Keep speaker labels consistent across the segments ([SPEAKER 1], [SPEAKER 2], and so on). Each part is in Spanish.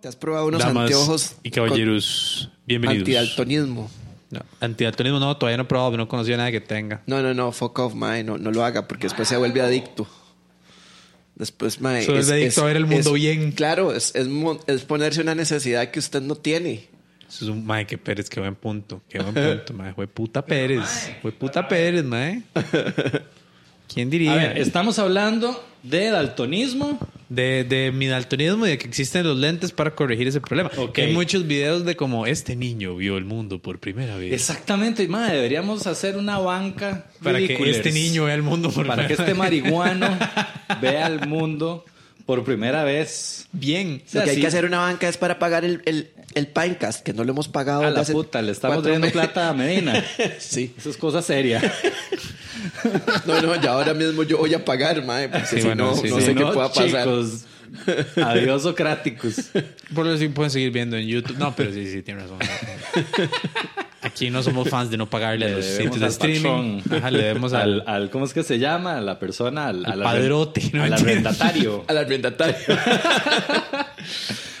[SPEAKER 1] ¿Te has probado unos
[SPEAKER 2] Damas
[SPEAKER 1] anteojos
[SPEAKER 2] y caballeros,
[SPEAKER 1] con
[SPEAKER 2] bienvenidos.
[SPEAKER 1] antidaltonismo?
[SPEAKER 2] No, antidaltonismo no, todavía no he probado, no conocía a nadie que tenga.
[SPEAKER 1] No, no, no, fuck off, mae, no, no lo haga porque después se vuelve adicto. Después, mae.
[SPEAKER 2] Se vuelve adicto a ver el mundo
[SPEAKER 1] es-
[SPEAKER 2] bien.
[SPEAKER 1] Claro, es, es mon- es ponerse una necesidad que usted no tiene.
[SPEAKER 2] Eso es un mae que Pérez, qué buen punto, qué buen punto, mae. Fue puta Pérez, fue puta Pérez, mae. ¿Quién diría?
[SPEAKER 3] A ver, estamos hablando de daltonismo.
[SPEAKER 2] de, de mi daltonismo y de que existen los lentes para corregir ese problema.
[SPEAKER 3] Ok.
[SPEAKER 2] Hay muchos videos de como este niño vio el mundo por primera vez.
[SPEAKER 3] Exactamente, y, madre, deberíamos hacer una banca
[SPEAKER 2] Para que
[SPEAKER 3] ridiculers.
[SPEAKER 2] este niño vea el mundo por
[SPEAKER 3] para que
[SPEAKER 2] primera
[SPEAKER 3] este
[SPEAKER 2] vez.
[SPEAKER 3] marihuano vea el mundo por primera vez.
[SPEAKER 2] Bien.
[SPEAKER 3] sea,
[SPEAKER 1] lo que hay
[SPEAKER 3] sí.
[SPEAKER 1] que hacer una banca es para pagar el, el, el Pinecast, que no lo hemos pagado.
[SPEAKER 3] A
[SPEAKER 1] desde
[SPEAKER 3] la
[SPEAKER 1] hace
[SPEAKER 3] puta, le estamos
[SPEAKER 1] cuatro
[SPEAKER 3] dando
[SPEAKER 1] meses.
[SPEAKER 3] plata a Medina.
[SPEAKER 1] Sí.
[SPEAKER 3] Eso es cosa seria.
[SPEAKER 1] No, no, ya ahora mismo yo voy a pagar, mae, porque
[SPEAKER 2] Sí,
[SPEAKER 1] si
[SPEAKER 2] bueno,
[SPEAKER 1] no,
[SPEAKER 2] sí,
[SPEAKER 1] no
[SPEAKER 2] sí.
[SPEAKER 1] sé
[SPEAKER 3] No,
[SPEAKER 1] qué pueda pasar.
[SPEAKER 3] Chicos, adiós socráticos.
[SPEAKER 2] Por eso sí pueden seguir viendo en YouTube. No, pero sí, sí, tiene razón. Aquí no somos fans de no pagarle a los sitios de
[SPEAKER 3] al
[SPEAKER 2] streaming.
[SPEAKER 3] patrón.
[SPEAKER 2] Ajá, le debemos al,
[SPEAKER 3] Al, al- ¿cómo es que se llama? A la persona, al,
[SPEAKER 2] Al
[SPEAKER 3] al
[SPEAKER 2] padrote,
[SPEAKER 3] arren-
[SPEAKER 2] no
[SPEAKER 3] al
[SPEAKER 2] entiendo.
[SPEAKER 3] arrendatario.
[SPEAKER 1] Al arrendatario.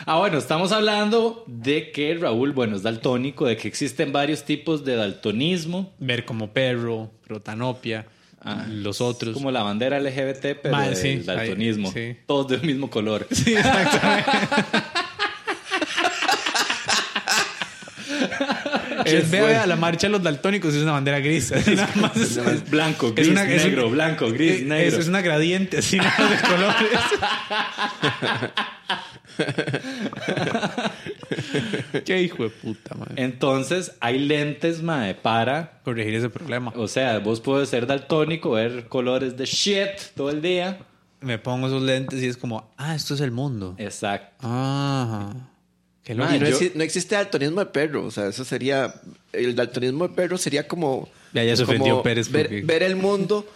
[SPEAKER 3] Ah, bueno, estamos hablando de que Raúl, bueno, es daltónico, de que existen varios tipos de daltonismo.
[SPEAKER 2] ver como perro, rotanopia,
[SPEAKER 3] Ah,
[SPEAKER 2] los otros.
[SPEAKER 3] Es como la bandera LGBT, pero
[SPEAKER 2] Mae,
[SPEAKER 3] del
[SPEAKER 2] sí,
[SPEAKER 3] daltonismo.
[SPEAKER 2] ahí, sí.
[SPEAKER 3] Todos del mismo color.
[SPEAKER 2] Sí, exactamente. es, vea, vea, la marcha de los daltónicos es una bandera gris. Nada más es,
[SPEAKER 3] Es blanco, gris,
[SPEAKER 2] una- es un-
[SPEAKER 3] negro, blanco, gris,
[SPEAKER 2] es-
[SPEAKER 3] negro.
[SPEAKER 2] Eh, Es una gradiente así nada más de colores. Qué hijo de puta, man.
[SPEAKER 3] Entonces, hay lentes, mae, para...
[SPEAKER 2] Corregir ese problema.
[SPEAKER 3] O sea, vos puedes ser daltónico, ver colores de shit todo el día.
[SPEAKER 2] Me pongo esos lentes y es como, ah, esto es el mundo.
[SPEAKER 3] Exacto.
[SPEAKER 2] Ah, qué loco.
[SPEAKER 3] Ah,
[SPEAKER 1] Y no,
[SPEAKER 3] yo-
[SPEAKER 1] exi- no existe daltonismo de perro, o sea, eso sería, el daltonismo de perro sería como...
[SPEAKER 2] Ya, ya se
[SPEAKER 1] como
[SPEAKER 2] ofendió Pérez
[SPEAKER 1] Ver,
[SPEAKER 2] porque-
[SPEAKER 1] ver el mundo,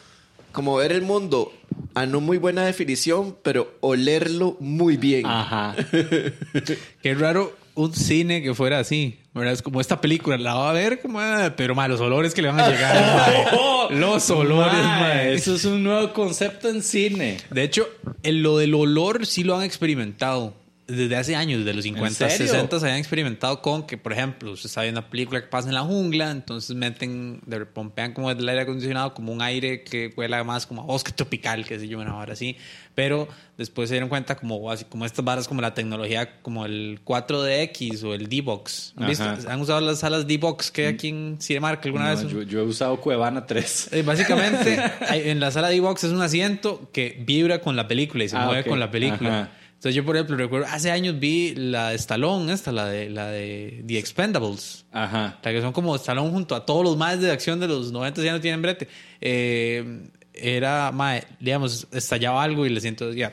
[SPEAKER 1] como ver el mundo a no muy buena definición, pero olerlo muy bien.
[SPEAKER 2] Ah,
[SPEAKER 3] Ajá.
[SPEAKER 2] Qué raro un cine que fuera así. ¿verdad? Es como esta película, la va a ver, como, ah, pero ma, los olores que le van a llegar. mae. los olores,
[SPEAKER 3] Mae,
[SPEAKER 2] mae.
[SPEAKER 3] Eso es un nuevo concepto en cine.
[SPEAKER 2] De hecho, el- lo del olor sí lo han experimentado. Desde hace años, desde los 50,
[SPEAKER 3] serio?
[SPEAKER 2] 60 se habían experimentado con que, por ejemplo, usted está viendo una película que pasa en la jungla, entonces meten, de- pompean como el aire acondicionado, como un aire que huela más como a bosque tropical, que sé yo, una vara así. Pero después se dieron cuenta como, así, como estas varas, como la tecnología, como el 4DX o el D-Box. ¿Han, visto?
[SPEAKER 3] Ajá.
[SPEAKER 2] ¿Han usado las salas D-Box que hay aquí en Cinemark alguna
[SPEAKER 3] No,
[SPEAKER 2] vez?
[SPEAKER 3] yo, yo he usado Cuevana 3.
[SPEAKER 2] Eh, Básicamente, hay- en la sala de box es un asiento que vibra con la película y se
[SPEAKER 3] Ah,
[SPEAKER 2] mueve
[SPEAKER 3] ok.
[SPEAKER 2] con la película.
[SPEAKER 3] Ajá.
[SPEAKER 2] Entonces yo, por ejemplo, recuerdo, hace años vi la de Stallone, esta, la de, la de The Expendables.
[SPEAKER 3] Ajá.
[SPEAKER 2] La que son como Stallone junto a todos los más de acción de los 90 ya no tienen brete. Eh, era, mae, digamos, estallaba algo y el asiento decía...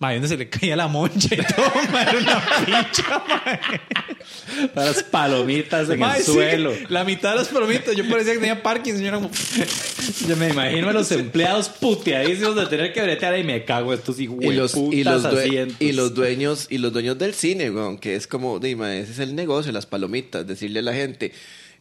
[SPEAKER 2] Mae, donde se le caía la moncha y todo, mae, era una pincha, mae.
[SPEAKER 3] Las palomitas en
[SPEAKER 2] Mae,
[SPEAKER 3] el
[SPEAKER 2] sí,
[SPEAKER 3] suelo.
[SPEAKER 2] La mitad de los palomitas, yo parecía que tenía Parkinson, yo era como...
[SPEAKER 3] Yo me imagino a los empleados puteadísimos de tener que bretear y me cago estos hijos
[SPEAKER 1] Y los, y, los due-
[SPEAKER 3] asientos.
[SPEAKER 1] y los dueños y los dueños del cine, weón, que es como, dime, ese es el negocio, las palomitas, decirle a la gente,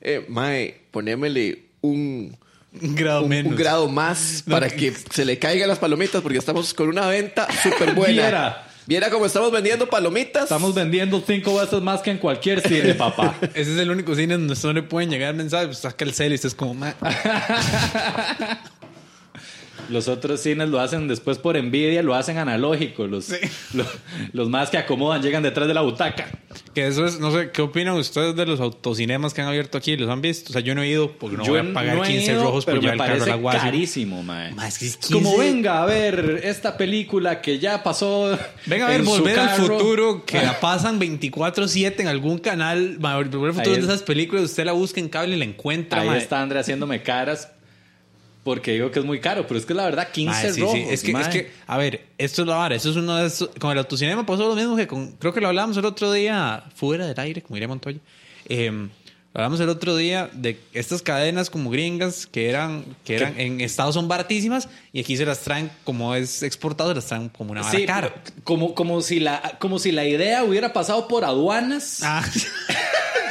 [SPEAKER 1] eh, mae, ponémele un,
[SPEAKER 2] Un grado
[SPEAKER 1] un-
[SPEAKER 2] menos.
[SPEAKER 1] un grado más para que se le caigan las palomitas, porque estamos con una venta súper buena.
[SPEAKER 3] Viera.
[SPEAKER 1] Viera cómo estamos vendiendo palomitas.
[SPEAKER 3] Estamos vendiendo cinco veces más que en cualquier cine, papá.
[SPEAKER 2] Ese es el único cine donde no le pueden llegar mensajes. Pues saca el cel y estás como, "Ma,
[SPEAKER 3] Los otros cines lo hacen después por envidia, lo hacen analógico. Los, lo- los más que acomodan llegan detrás de la butaca.
[SPEAKER 2] que eso es, no sé, ¿qué opinan ustedes de los autocinemas que han abierto aquí? ¿Los han visto? O sea, yo no he ido porque no voy a pagar
[SPEAKER 3] no he
[SPEAKER 2] 15
[SPEAKER 3] ido,
[SPEAKER 2] rojos por
[SPEAKER 3] pero
[SPEAKER 2] llevar
[SPEAKER 3] me
[SPEAKER 2] el carro a
[SPEAKER 3] parece
[SPEAKER 2] la guasa.
[SPEAKER 3] carísimo, mae.
[SPEAKER 2] Ma, es que es 15.
[SPEAKER 3] Como venga a ver esta película que ya pasó.
[SPEAKER 2] Venga a ver
[SPEAKER 3] en su
[SPEAKER 2] Volver al
[SPEAKER 3] carro.
[SPEAKER 2] Futuro, que la pasan 24-7 en algún canal. Ma, Volver al Futuro
[SPEAKER 3] Ahí
[SPEAKER 2] es de
[SPEAKER 3] es.
[SPEAKER 2] esas películas, usted la busca en cable y la encuentra.
[SPEAKER 3] Ahí
[SPEAKER 2] ma.
[SPEAKER 3] está André haciéndome caras porque digo que es muy caro, pero es que la verdad, 15
[SPEAKER 2] Mae, sí,
[SPEAKER 3] rojos.
[SPEAKER 2] sí. Es, que,
[SPEAKER 3] mae.
[SPEAKER 2] es que, a ver, esto es la vara. Eso es uno de esos. Con el autocinema pasó lo mismo que con. Creo que lo hablábamos el otro día, fuera del aire, como diría Montoya. Eh, lo hablamos el otro día de estas cadenas como gringas que eran que eran en Estados son baratísimas y aquí se las traen como es exportado, se las traen como una vara
[SPEAKER 3] Sí,
[SPEAKER 2] cara.
[SPEAKER 3] pero como, como, si la, como si la idea hubiera pasado por aduanas
[SPEAKER 2] Ah.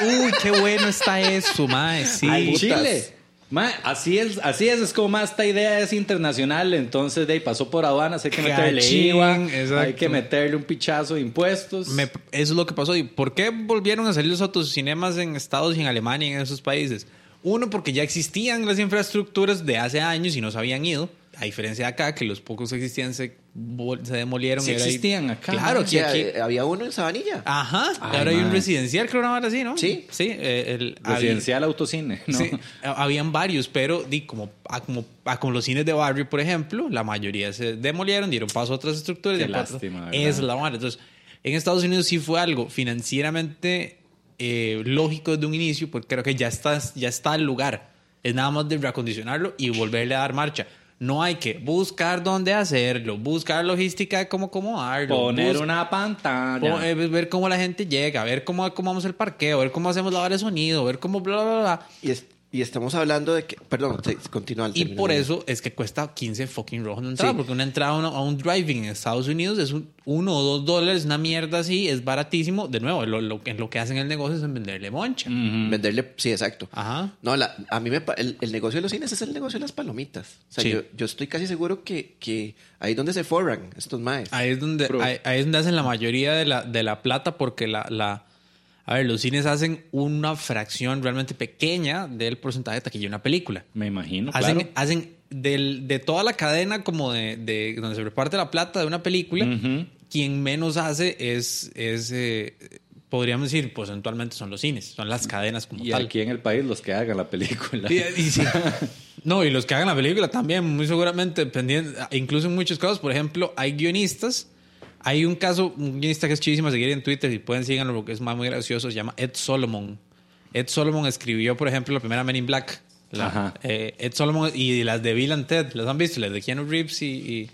[SPEAKER 2] Uy, qué bueno está eso, mae. Sí.
[SPEAKER 3] en
[SPEAKER 1] putas.
[SPEAKER 3] Chile. Ma, así es, así es, es como más esta idea es internacional, entonces de ahí pasó por aduanas, hay que meterle
[SPEAKER 2] Cachín,
[SPEAKER 3] IVA, hay
[SPEAKER 2] exacto.
[SPEAKER 3] que meterle un pichazo de impuestos.
[SPEAKER 2] Me- eso es lo que pasó. ¿Y por qué volvieron a salir los autocinemas en Estados y en Alemania y en esos países? Uno, porque ya existían las infraestructuras de hace años y no se habían ido. A diferencia de acá, que los pocos que existían se, vol- se demolieron.
[SPEAKER 3] Sí
[SPEAKER 2] y ahora hay-
[SPEAKER 3] existían acá.
[SPEAKER 2] Claro,
[SPEAKER 1] O
[SPEAKER 2] aquí,
[SPEAKER 1] sea,
[SPEAKER 2] aquí. Ah.
[SPEAKER 1] eh, Había uno en Sabanilla.
[SPEAKER 2] Ajá.
[SPEAKER 3] Ay,
[SPEAKER 2] ahora hay un
[SPEAKER 3] madre.
[SPEAKER 2] residencial, creo que ahora así, ¿no?
[SPEAKER 1] Sí.
[SPEAKER 2] Sí. eh, el,
[SPEAKER 3] Residencial autocine, ¿no?
[SPEAKER 2] Sí, ha- habían varios, pero di, como, a- como, a- como los cines de barrio, por ejemplo, la mayoría se demolieron, dieron paso a otras estructuras.
[SPEAKER 3] Qué
[SPEAKER 2] dieron paso a-
[SPEAKER 3] lástima, ¿verdad?
[SPEAKER 2] Es la vara. Entonces, en Estados Unidos sí fue algo financieramente eh, lógico desde un inicio, porque creo que ya está, ya está el lugar. Es nada más de reacondicionarlo y volverle a dar marcha. No hay que buscar dónde hacerlo, buscar logística de cómo acomodarlo.
[SPEAKER 3] Poner
[SPEAKER 2] bus-
[SPEAKER 3] una pantalla.
[SPEAKER 2] Pon- eh, ver cómo la gente llega, ver cómo acomodamos el parqueo, ver cómo hacemos la hora de sonido, ver cómo bla, bla, bla.
[SPEAKER 1] Y, es- y estamos hablando de que. Perdón, te- continúa el
[SPEAKER 2] Y
[SPEAKER 1] término.
[SPEAKER 2] por eso es que cuesta 15 fucking rojos una entrada,
[SPEAKER 1] Sí.
[SPEAKER 2] porque una entrada a un, a un driving en Estados Unidos es un, uno o dos dólares, una mierda así, es baratísimo. De nuevo, lo, lo, que- lo que hacen el negocio es en venderle moncha.
[SPEAKER 3] Ujú.
[SPEAKER 1] Venderle. Sí, exacto.
[SPEAKER 2] Ajá.
[SPEAKER 1] No, la- a mí me, pa- el, el negocio de los cines es el negocio de las palomitas. O sea,
[SPEAKER 2] Sí.
[SPEAKER 1] yo, yo estoy casi seguro que, que ahí es donde se forran estos maes.
[SPEAKER 2] Ahí es donde,
[SPEAKER 3] Pro.
[SPEAKER 2] ahí, ahí es donde hacen la mayoría de la, de la plata, porque la, la. A ver, los cines hacen una fracción realmente pequeña del porcentaje de taquilla de una película.
[SPEAKER 3] Me imagino,
[SPEAKER 2] hacen,
[SPEAKER 3] claro.
[SPEAKER 2] hacen del- de toda la cadena como de, de donde se reparte la plata de una película,
[SPEAKER 3] Ujú.
[SPEAKER 2] quien menos hace es, es eh, podríamos decir, porcentualmente son los cines, son las cadenas como
[SPEAKER 3] Y
[SPEAKER 2] tal.
[SPEAKER 3] aquí en el país los que hagan la película.
[SPEAKER 2] Y- y sí. No, y los que hagan la película también, muy seguramente, pendiente, incluso en muchos casos, por ejemplo, hay guionistas. Hay un caso, un guionista que es chidísimo seguir en Twitter, si pueden síganlo porque es más muy gracioso, se llama Ed Solomon. Ed Solomon escribió, por ejemplo, la primera Men in Black. La-
[SPEAKER 3] Ajá.
[SPEAKER 2] eh, Ed Solomon y las de Bill and Ted, ¿las han visto? Las de Keanu Reeves y, y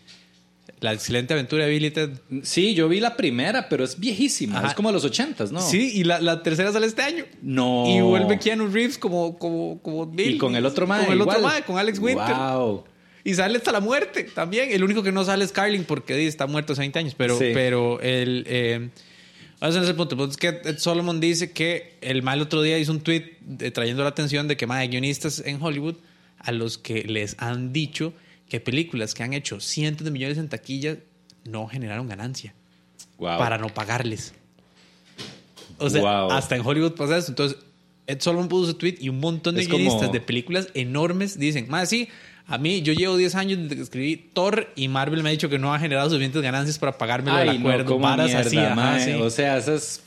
[SPEAKER 2] la excelente aventura de Bill y Ted.
[SPEAKER 3] Sí, yo vi la primera, pero es viejísima.
[SPEAKER 2] Ajá.
[SPEAKER 3] Es como de los ochentas, ¿no?
[SPEAKER 2] Sí, y la, la tercera sale este año.
[SPEAKER 3] No.
[SPEAKER 2] Y vuelve Keanu Reeves como, como, como Bill.
[SPEAKER 3] Y con el otro mae.
[SPEAKER 2] Con el otro
[SPEAKER 3] igual.
[SPEAKER 2] mae, con Alex Winter.
[SPEAKER 3] Wow.
[SPEAKER 2] Y sale hasta la muerte también. El único que no sale es Carlin porque di, está muerto hace 20 años. Pero,
[SPEAKER 3] Sí.
[SPEAKER 2] pero el. Eh, vamos a ese punto. El punto es que Ed Solomon dice que el mal otro día hizo un tweet de- trayendo la atención de que más guionistas en Hollywood a los que les han dicho que películas que han hecho cientos de millones en taquilla no generaron ganancia
[SPEAKER 3] Wow.
[SPEAKER 2] para no pagarles. O sea,
[SPEAKER 3] Wow.
[SPEAKER 2] hasta en Hollywood pasa eso. Entonces, Ed Solomon puso su tweet y un montón de
[SPEAKER 3] Es
[SPEAKER 2] guionistas
[SPEAKER 3] como-
[SPEAKER 2] de películas enormes dicen, más sí, a mí yo llevo 10 años desde que escribí Thor y Marvel me ha dicho que no ha generado suficientes ganancias para pagarme el
[SPEAKER 3] Ay,
[SPEAKER 2] acuerdo.
[SPEAKER 3] no, como
[SPEAKER 2] varas
[SPEAKER 3] mierda,
[SPEAKER 2] así, ajá,
[SPEAKER 3] mae.
[SPEAKER 2] sí.
[SPEAKER 3] O sea, esas...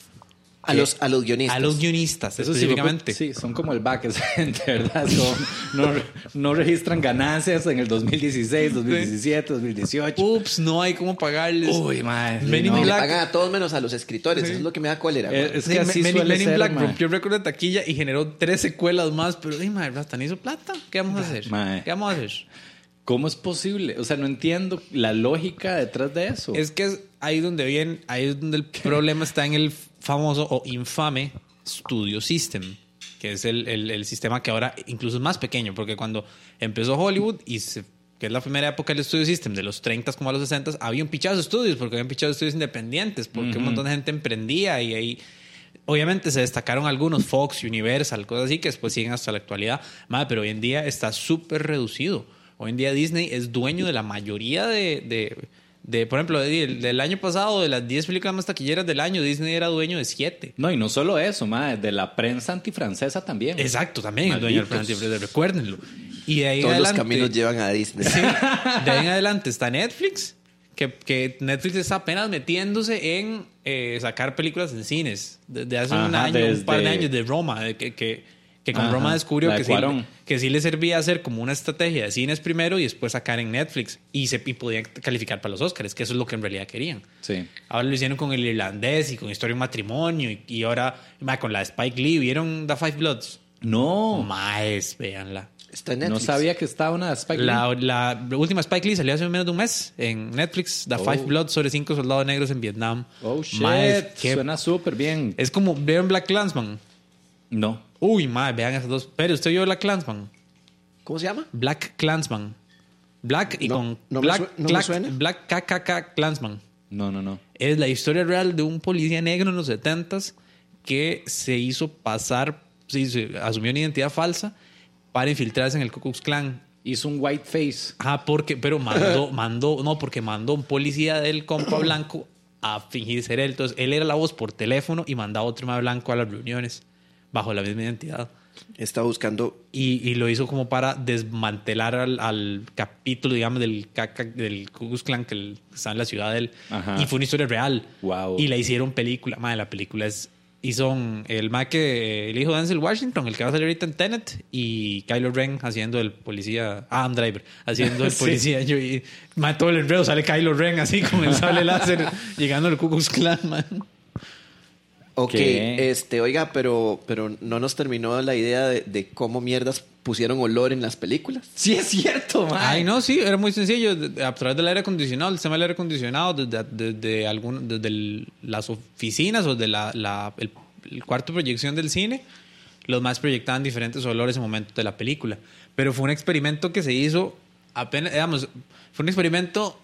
[SPEAKER 1] a, los, a los guionistas.
[SPEAKER 2] eh, a los guionistas,
[SPEAKER 3] Eso
[SPEAKER 2] específicamente.
[SPEAKER 3] Sí, son como el back, esa gente, ¿verdad? Son- no, no registran ganancias en el 2016, 2017, 2018.
[SPEAKER 2] Ups, no hay cómo pagarles.
[SPEAKER 3] madre.
[SPEAKER 2] Men in
[SPEAKER 1] No, le
[SPEAKER 2] Black.
[SPEAKER 1] pagan a todos menos a los escritores. Eso es lo que me da cólera.
[SPEAKER 3] Eh,
[SPEAKER 1] güey.
[SPEAKER 3] es
[SPEAKER 2] Sí,
[SPEAKER 3] que
[SPEAKER 2] Men-
[SPEAKER 3] así
[SPEAKER 2] Men,
[SPEAKER 3] suele
[SPEAKER 2] Men in
[SPEAKER 3] ser,
[SPEAKER 2] Black
[SPEAKER 3] mae.
[SPEAKER 2] rompió el récord de taquilla y generó tres secuelas más. Pero, ay, madre, tan hizo plata. ¿Qué vamos a hacer?
[SPEAKER 3] Mae.
[SPEAKER 2] ¿Qué vamos a hacer?
[SPEAKER 3] ¿Cómo es posible? O sea, no entiendo la lógica detrás de eso.
[SPEAKER 2] Es que es ahí donde viene, ahí es donde el problema está en el famoso o infame Studio System, que es el, el- el sistema que ahora incluso es más pequeño, porque cuando empezó Hollywood y se- que es la primera época del Studio System, de los 30 como a los 60, había un pichazo de estudios, porque había un pichazo de estudios independientes, porque un montón de gente emprendía y ahí... Obviamente se destacaron algunos, Fox, Universal, cosas así, que después siguen hasta la actualidad. Madre, pero hoy en día está súper reducido. Hoy en día Disney es dueño de la mayoría de... de- de, por ejemplo, de- del, año pasado, de las 10 películas más taquilleras del año, Disney era dueño de 7.
[SPEAKER 3] No, y no solo eso, madre, de la prensa antifrancesa también.
[SPEAKER 2] Exacto, también es dueño del
[SPEAKER 3] Malditos.
[SPEAKER 2] Frente Libre, recuérdenlo. Y de ahí en
[SPEAKER 1] todos los
[SPEAKER 2] adelante-
[SPEAKER 1] caminos llevan a Disney.
[SPEAKER 2] Sí, de ahí en adelante está Netflix, que, que Netflix está apenas metiéndose en eh, sacar películas en cines. Desde hace un
[SPEAKER 3] Ajá,
[SPEAKER 2] año, un par de
[SPEAKER 3] desde-
[SPEAKER 2] años, de Roma, de que, que, que con
[SPEAKER 3] Ajá,
[SPEAKER 2] Roma descubrió
[SPEAKER 3] la de
[SPEAKER 2] que sí,
[SPEAKER 3] Cuarón.
[SPEAKER 2] que sí le servía hacer como una estrategia de cines primero y después sacar en Netflix. Y, se, y podían calificar para los Oscars, que eso es lo que en realidad querían.
[SPEAKER 3] Sí.
[SPEAKER 2] Ahora lo hicieron con el irlandés y con Historia de un matrimonio y, y ahora ma, con la de Spike Lee. ¿Vieron The Five Bloods?
[SPEAKER 3] No,
[SPEAKER 2] Maes, véanla.
[SPEAKER 1] Está en
[SPEAKER 3] no
[SPEAKER 1] Netflix.
[SPEAKER 3] sabía que estaba una de Spike Lee.
[SPEAKER 2] La, la última Spike Lee salió hace menos de un mes en Netflix. The
[SPEAKER 3] Oh.
[SPEAKER 2] Five Blood sobre cinco soldados negros en Vietnam.
[SPEAKER 3] Oh, shit.
[SPEAKER 2] Mae, qué-
[SPEAKER 3] Suena súper bien. Eh,
[SPEAKER 2] Es como, ¿vieron Black Clansman?
[SPEAKER 3] No.
[SPEAKER 2] Uy, madre, vean esas dos. Pero usted vio Black Clansman.
[SPEAKER 1] ¿Cómo se llama?
[SPEAKER 2] Black Clansman. Black y
[SPEAKER 1] No,
[SPEAKER 2] con
[SPEAKER 1] no me
[SPEAKER 2] Black,
[SPEAKER 1] su- no me
[SPEAKER 2] Black-
[SPEAKER 1] suena.
[SPEAKER 2] Black KKK Clansman.
[SPEAKER 3] No, no, no.
[SPEAKER 2] Es la historia real de un policía negro en los 70 que se hizo pasar, sí, se asumió una identidad falsa para infiltrarse en el Ku Klux Klan.
[SPEAKER 3] Hizo un white face.
[SPEAKER 2] Ah, porque, pero mandó, mandó, no, porque mandó un policía del compa blanco a fingir ser él. Entonces, él era la voz por teléfono y mandaba otro más blanco a las reuniones bajo la misma identidad.
[SPEAKER 1] Está buscando
[SPEAKER 2] Y, y lo hizo como para desmantelar al, al capítulo, digamos, del, caca- del Ku Klux Klan que el- está en la ciudad de él.
[SPEAKER 3] Ajá.
[SPEAKER 2] Y fue una historia real.
[SPEAKER 3] Wow.
[SPEAKER 2] Y la hicieron película. Madre, la película es... Y son el ma que... El hijo de Denzel Washington, el que va a salir ahorita en Tenet. Y Kylo Ren haciendo el policía... ah, Adam Driver. Haciendo el
[SPEAKER 3] Sí.
[SPEAKER 2] policía. Yo, y, ma, todo el enredo sale Kylo Ren así con el sable láser. llegando al Ku Klux Klan, man.
[SPEAKER 1] Ok,
[SPEAKER 3] ¿Qué?
[SPEAKER 1] este, oiga, pero, pero no nos terminó la idea de, de cómo mierdas pusieron olor en las películas.
[SPEAKER 3] Sí, es cierto, man.
[SPEAKER 2] Ay, no, sí, era muy sencillo. De- de- A través del aire acondicionado, el sistema del aire acondicionado, desde, desde, algún- desde el- las oficinas o de la, la- el, el cuarto de proyección del cine, los más proyectaban diferentes olores en momentos de la película. Pero fue un experimento que se hizo apenas, digamos, fue un experimento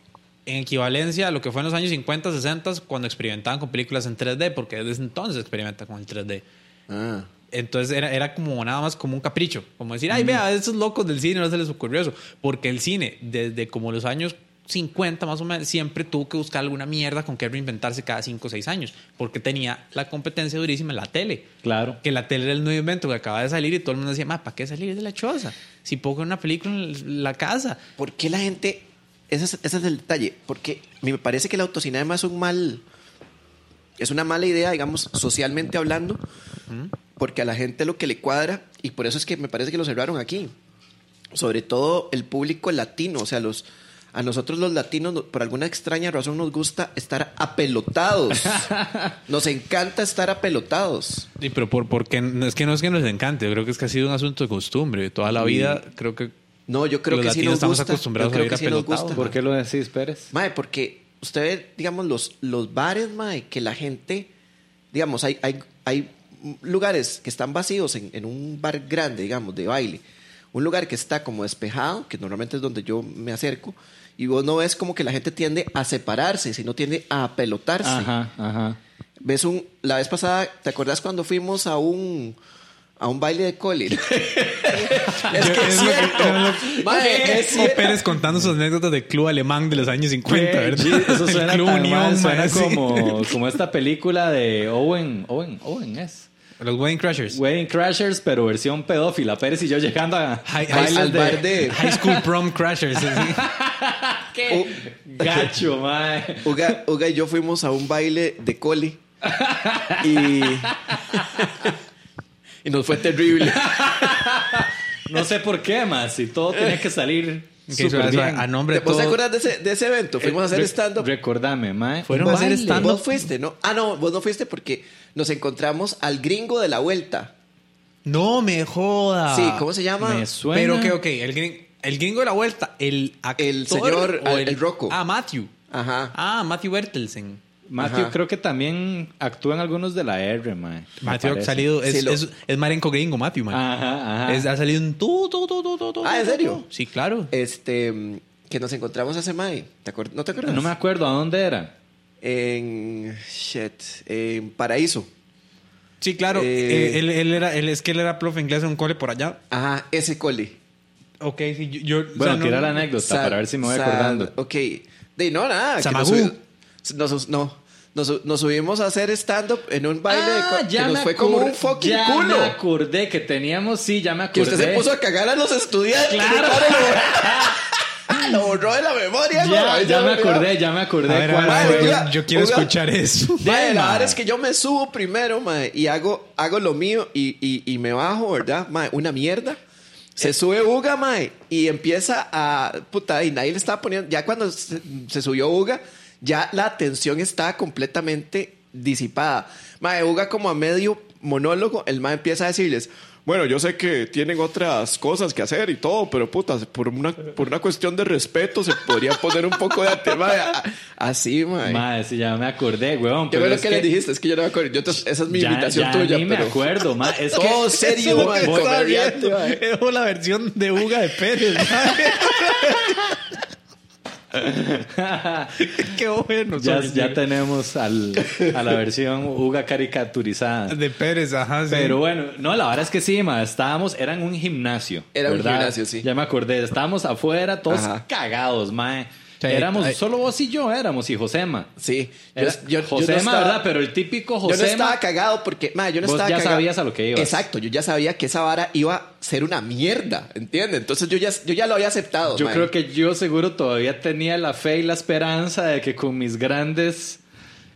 [SPEAKER 2] en equivalencia a lo que fue en los años 50, 60, cuando experimentaban con películas en 3D, porque desde ese entonces experimentan con el 3D.
[SPEAKER 1] Ah,
[SPEAKER 2] Entonces era, era como nada más como un capricho, como decir, ay, vea, esos locos del cine no se les ocurrió eso, porque el cine, desde como los años 50 más o menos, siempre tuvo que buscar alguna mierda con que reinventarse cada 5 o 6 años, porque tenía la competencia durísima en la tele,
[SPEAKER 3] Claro.
[SPEAKER 2] que la tele era el nuevo invento que acaba de salir y todo el mundo decía, ma, ¿para qué salir de la choza? Si puedo ver una película en la casa.
[SPEAKER 1] ¿por qué la gente? Ese es, ese es el detalle. Porque me parece que el autocinema es un mal. Es una mala idea, digamos, socialmente hablando. Porque a la gente lo que le cuadra. Y por eso es que me parece que lo cerraron aquí. Sobre todo el público latino. O sea, los. A nosotros los latinos, no- por alguna extraña razón, nos gusta estar apelotados. Nos encanta estar apelotados.
[SPEAKER 2] Sí, pero por, porque es que no es que nos encante, yo creo que es que ha sido un asunto de costumbre, toda la vida creo que...
[SPEAKER 1] No, yo creo
[SPEAKER 2] Los
[SPEAKER 1] que sí
[SPEAKER 2] latinos
[SPEAKER 1] nos
[SPEAKER 2] estamos
[SPEAKER 1] gusta.
[SPEAKER 2] acostumbrados
[SPEAKER 1] Yo creo
[SPEAKER 2] a ir
[SPEAKER 1] que sí nos
[SPEAKER 2] apelotados.
[SPEAKER 1] gusta.
[SPEAKER 3] ¿Por qué lo decís, Pérez?
[SPEAKER 1] Mae, porque usted ve, digamos, los, los bares, mae, que la gente, digamos, hay, hay, hay lugares que están vacíos en, en un bar grande, digamos, de baile. Un lugar que está como despejado, que normalmente es donde yo me acerco, y vos no ves como que la gente tiende a separarse, sino tiende a apelotarse.
[SPEAKER 3] Ajá, ajá.
[SPEAKER 1] Ves un, la vez pasada, ¿te acordás cuando fuimos a un a un baile de Colin? es que es
[SPEAKER 2] lo que-
[SPEAKER 1] cierto.
[SPEAKER 2] es lo-
[SPEAKER 1] Mae, es
[SPEAKER 2] O
[SPEAKER 1] cierto.
[SPEAKER 2] Pérez contando sus anécdotas del club alemán de los años 50,
[SPEAKER 3] Qué
[SPEAKER 2] ¿verdad?
[SPEAKER 3] chido, Eso
[SPEAKER 2] El
[SPEAKER 3] suena,
[SPEAKER 2] club
[SPEAKER 3] tan
[SPEAKER 2] Unión,
[SPEAKER 3] mal,
[SPEAKER 2] man,
[SPEAKER 3] suena
[SPEAKER 2] así.
[SPEAKER 3] como, como esta película de Owen, Owen, Owen es.
[SPEAKER 2] Los Wedding Crashers.
[SPEAKER 3] Wedding Crashers, pero versión pedófila. Pérez y yo llegando a
[SPEAKER 2] Hi- hi-
[SPEAKER 3] bailes
[SPEAKER 1] al bar de-
[SPEAKER 2] High School Prom Crashers. así.
[SPEAKER 1] U-
[SPEAKER 3] Gacho, mae.
[SPEAKER 1] Uga, Uga y yo fuimos a un baile de coli. Y. y nos fue terrible.
[SPEAKER 3] No sé por qué, más Si todo tenía que salir
[SPEAKER 2] Que
[SPEAKER 3] súper
[SPEAKER 2] eso-
[SPEAKER 3] bien.
[SPEAKER 2] A nombre de
[SPEAKER 1] ¿Vos te
[SPEAKER 2] todo-
[SPEAKER 1] acuerdas de ese, de ese evento? Fuimos a hacer
[SPEAKER 3] Eh, Re-
[SPEAKER 1] stand-up.
[SPEAKER 3] Recordame, mae.
[SPEAKER 2] Fueron
[SPEAKER 1] Vos-
[SPEAKER 2] a hacer stand-up.
[SPEAKER 1] Vos fuiste, ¿no? Ah, no, vos no fuiste porque nos encontramos al gringo de la vuelta.
[SPEAKER 2] No me joda.
[SPEAKER 1] sí, ¿cómo se llama?
[SPEAKER 3] me su-
[SPEAKER 2] Pero
[SPEAKER 3] Suena-
[SPEAKER 2] que, ok, el, gring- el gringo de la vuelta, el actor
[SPEAKER 1] El señor,
[SPEAKER 2] o
[SPEAKER 1] el- el roco.
[SPEAKER 2] Ah, Matthew.
[SPEAKER 1] Ajá.
[SPEAKER 2] Ah, Matthew Bertelsen.
[SPEAKER 3] Matthew
[SPEAKER 1] Ajá.
[SPEAKER 3] creo que también actúan algunos de la R, mae. me
[SPEAKER 2] Matthew ha
[SPEAKER 3] parece.
[SPEAKER 2] salido. Es,
[SPEAKER 1] Sí, lo-
[SPEAKER 2] es, es marenco gringo, Matthew, man.
[SPEAKER 3] Ajá, ajá.
[SPEAKER 2] Es- ha salido un tu, tu, tu, tu, tu, tu,
[SPEAKER 1] Ah, ¿en
[SPEAKER 2] tu,
[SPEAKER 1] serio?
[SPEAKER 2] tu. Sí, claro.
[SPEAKER 1] Este. mm, Que nos encontramos hace Mae. ¿Te acuer- ¿No te acuerdas?
[SPEAKER 3] No me acuerdo a dónde era.
[SPEAKER 1] En. Shit. En Paraíso.
[SPEAKER 2] Sí, claro.
[SPEAKER 1] Eh,
[SPEAKER 2] Eh, él, él era, él, es que él era profe de inglés en un cole por allá.
[SPEAKER 1] Ajá, ese coli.
[SPEAKER 2] Ok, sí, yo... yo- o
[SPEAKER 3] Bueno,
[SPEAKER 2] sea, no-
[SPEAKER 3] tira la anécdota
[SPEAKER 1] San-
[SPEAKER 3] para ver si me voy
[SPEAKER 1] San-
[SPEAKER 3] acordando.
[SPEAKER 1] Ok. De no, nada. que
[SPEAKER 2] Samagú.
[SPEAKER 1] Nos, subi- nos- no. Nos, nos subimos a hacer stand-up en un baile de co- que nos
[SPEAKER 3] Ah, me
[SPEAKER 1] fue como
[SPEAKER 3] acor-
[SPEAKER 1] un fucking
[SPEAKER 3] ya
[SPEAKER 1] culo.
[SPEAKER 3] me acordé que teníamos, sí, ya me acordé.
[SPEAKER 1] Que usted se puso a cagar a los estudiantes.
[SPEAKER 3] Claro.
[SPEAKER 1] Lo, lo borró de la memoria.
[SPEAKER 3] Ya,
[SPEAKER 1] güey.
[SPEAKER 3] ya me
[SPEAKER 1] olvidaba.
[SPEAKER 3] acordé, ya me
[SPEAKER 2] A
[SPEAKER 3] acordé.
[SPEAKER 2] ver, a
[SPEAKER 3] cuál
[SPEAKER 2] ver, a
[SPEAKER 3] fue.
[SPEAKER 2] ver,
[SPEAKER 1] Oiga,
[SPEAKER 2] yo, yo quiero
[SPEAKER 1] oiga.
[SPEAKER 2] escuchar eso.
[SPEAKER 1] Mae, la
[SPEAKER 3] Mae.
[SPEAKER 1] verdad es que yo me subo primero, mae, y hago, hago lo mío y, y- y me bajo, ¿verdad? Mae, una mierda. Se sube Uga, mae, y empieza a... Puta, y nadie le estaba poniendo... Ya cuando se, se subió Uga, ya la atención estaba completamente disipada. Mae, Uga como a medio monólogo, el mae empieza a decirles... Bueno, yo sé que tienen otras cosas que hacer y todo, pero puta, por una, por una cuestión de respeto se podría poner un poco de atención. Así, mae.
[SPEAKER 3] Madre, sí, ya me acordé, weón.
[SPEAKER 1] Yo
[SPEAKER 3] pero
[SPEAKER 1] creo que,
[SPEAKER 3] es
[SPEAKER 1] les dijiste, es que yo no me acuerdo. Yo te- esa es mi
[SPEAKER 3] ya-
[SPEAKER 1] invitación
[SPEAKER 3] ya
[SPEAKER 1] tuya,
[SPEAKER 3] Ni
[SPEAKER 1] pero.
[SPEAKER 3] me acuerdo, ma. Es que-
[SPEAKER 1] Todo serio,
[SPEAKER 3] Voy-
[SPEAKER 1] mae,
[SPEAKER 3] voy-
[SPEAKER 1] todo bien.
[SPEAKER 2] Es la versión de Uga de Pérez. Qué bueno.
[SPEAKER 3] ya,
[SPEAKER 2] Sony,
[SPEAKER 3] ya
[SPEAKER 2] sí.
[SPEAKER 3] tenemos al, a la versión Uga caricaturizada.
[SPEAKER 2] De Pérez, ajá. sí.
[SPEAKER 3] Pero bueno, no, la verdad es que sí, ma, estábamos, era en un gimnasio.
[SPEAKER 1] Era un
[SPEAKER 3] ¿verdad?
[SPEAKER 1] gimnasio, sí.
[SPEAKER 3] Ya me acordé, estábamos afuera todos
[SPEAKER 1] Ajá.
[SPEAKER 3] cagados, mae.
[SPEAKER 2] Sí,
[SPEAKER 3] éramos,
[SPEAKER 2] ay.
[SPEAKER 3] solo vos y yo éramos, y Josema.
[SPEAKER 1] Sí. Yo,
[SPEAKER 3] Era-
[SPEAKER 1] yo- yo no
[SPEAKER 3] Josema,
[SPEAKER 1] estaba-
[SPEAKER 3] ¿verdad? Pero el típico
[SPEAKER 1] Yo no
[SPEAKER 3] Josema.
[SPEAKER 1] estaba cagado porque, ma, yo no
[SPEAKER 3] Vos
[SPEAKER 1] estaba
[SPEAKER 3] ya
[SPEAKER 1] cagado.
[SPEAKER 3] sabías a lo que ibas.
[SPEAKER 1] Exacto, yo ya sabía que esa vara iba a ser una mierda, ¿entiendes? Entonces yo ya, yo ya lo había aceptado.
[SPEAKER 3] Yo
[SPEAKER 1] ma.
[SPEAKER 3] creo que yo seguro todavía tenía la fe y la esperanza de que con mis grandes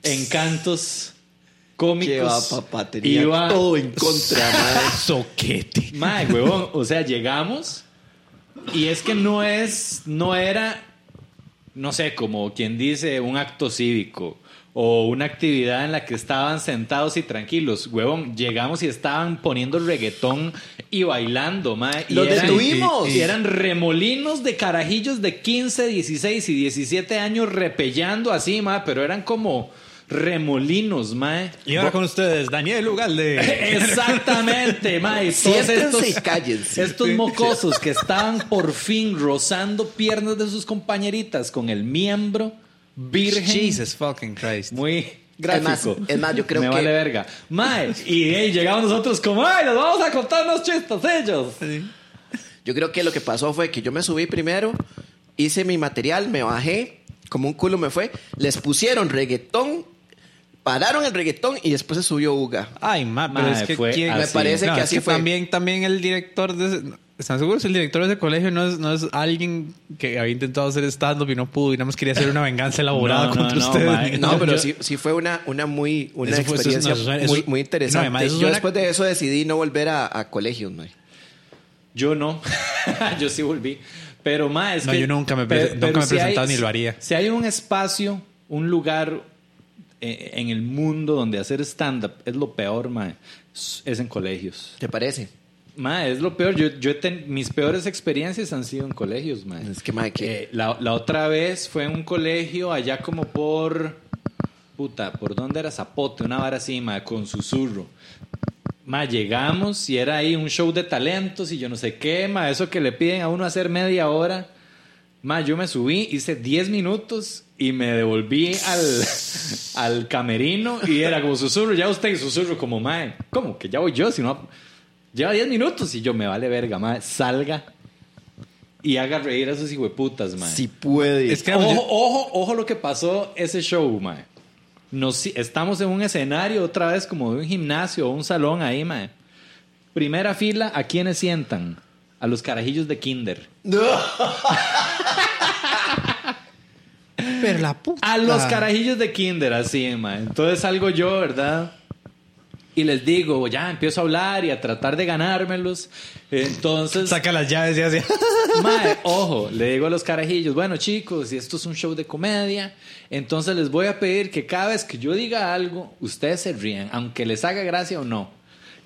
[SPEAKER 3] encantos
[SPEAKER 1] Que va,
[SPEAKER 3] cómicos
[SPEAKER 1] papá, tenía
[SPEAKER 3] iba
[SPEAKER 1] todo en contra, madre.
[SPEAKER 2] Soquete.
[SPEAKER 3] Madre, huevón, o sea, llegamos y es que no es, no era, no sé, como quien dice, un acto cívico o una actividad en la que estaban sentados y tranquilos. Huevón, llegamos y estaban poniendo reggaetón y bailando, madre. y
[SPEAKER 1] Los
[SPEAKER 3] eran-
[SPEAKER 1] detuvimos.
[SPEAKER 3] Y eran remolinos de carajillos de 15, 16 y 17 años repellando así, madre, pero eran como remolinos, madre.
[SPEAKER 2] Y ahora con ustedes, Daniel Ugalde.
[SPEAKER 3] Exactamente, mae. Todos
[SPEAKER 1] Siéntense
[SPEAKER 3] estos,
[SPEAKER 1] y cállense.
[SPEAKER 3] Estos mocosos que estaban por fin rozando piernas de sus compañeritas con el miembro virgen.
[SPEAKER 2] Jesus fucking Christ.
[SPEAKER 3] Muy
[SPEAKER 1] Es más,
[SPEAKER 3] gráfico.
[SPEAKER 1] es más, yo creo
[SPEAKER 3] Me
[SPEAKER 1] que-
[SPEAKER 3] vale verga. Mae, y eh, llegamos nosotros como, ay, les vamos a contar unos chistes ellos.
[SPEAKER 1] Yo creo que lo que pasó fue que yo me subí primero, hice mi material, me bajé, como un culo me fue, les pusieron reggaetón, pararon el reggaetón y después se subió Uga.
[SPEAKER 2] Ay, ma, pero
[SPEAKER 3] Mae,
[SPEAKER 2] es que
[SPEAKER 3] fue
[SPEAKER 2] ¿quién-
[SPEAKER 3] así.
[SPEAKER 1] Me parece que
[SPEAKER 2] es
[SPEAKER 1] así fue.
[SPEAKER 2] También, también el director de ese- ¿Están seguros? El director de ese colegio no es, no es alguien que había intentado hacer stand-up y no pudo y nada más quería hacer una venganza elaborada
[SPEAKER 3] No, no,
[SPEAKER 2] contra
[SPEAKER 3] no,
[SPEAKER 2] ustedes.
[SPEAKER 3] mae.
[SPEAKER 1] No,
[SPEAKER 3] Yo-
[SPEAKER 1] pero
[SPEAKER 3] yo-
[SPEAKER 1] sí, sí fue una, una muy una
[SPEAKER 2] Eso fue- eso-
[SPEAKER 1] experiencia
[SPEAKER 2] no, eso suena-
[SPEAKER 1] muy,
[SPEAKER 2] eso-
[SPEAKER 1] muy interesante.
[SPEAKER 2] no, además, eso
[SPEAKER 1] yo
[SPEAKER 2] suena-
[SPEAKER 1] después de eso decidí no volver a, a colegios, mae.
[SPEAKER 3] Yo no. yo sí volví. Pero más es
[SPEAKER 2] No,
[SPEAKER 3] que-
[SPEAKER 2] yo nunca me
[SPEAKER 3] pe-
[SPEAKER 2] prese- nunca
[SPEAKER 3] pero
[SPEAKER 2] me he presentado
[SPEAKER 3] hay-
[SPEAKER 2] ni lo haría.
[SPEAKER 3] Si hay un espacio, un lugar eh, en el mundo donde hacer stand-up es lo peor, mae, es es en colegios.
[SPEAKER 1] ¿Te parece?
[SPEAKER 3] Mae, es lo peor. Yo, yo he ten- mis peores experiencias han sido en colegios, mae.
[SPEAKER 1] Es que, mae, que-
[SPEAKER 3] Eh, la, la otra vez fue en un colegio allá como por... Puta, ¿por dónde era? Zapote, una vara así, mae, con susurro. Ma, llegamos y era ahí un show de talentos y yo no sé qué, ma, eso que le piden a uno hacer media hora. Ma, yo me subí, hice 10 minutos y me devolví al, al camerino y era como susurro, ya usted y susurro como, ma, ¿cómo? Que ya voy yo, si no, lleva 10 minutos y yo me vale verga, ma, salga y haga reír a esos hijueputas, ma.
[SPEAKER 1] Sí puede.
[SPEAKER 2] Es que-
[SPEAKER 3] ojo, ojo, ojo lo que pasó ese show, ma. Nos, estamos en un escenario otra vez como de un gimnasio o un salón ahí, ma. Primera fila, ¿a quiénes sientan? A los carajillos de kinder.
[SPEAKER 2] Pero la puta.
[SPEAKER 3] A los carajillos de kinder, así, ma. Entonces salgo yo, ¿verdad? Y les digo, ya empiezo a hablar y a tratar de ganármelos. Entonces,
[SPEAKER 2] Saca las llaves y así.
[SPEAKER 3] Mae, ojo, le digo a los carajillos, bueno chicos, y esto es un show de comedia, entonces les voy a pedir que cada vez que yo diga algo, ustedes se rían, aunque les haga gracia o no.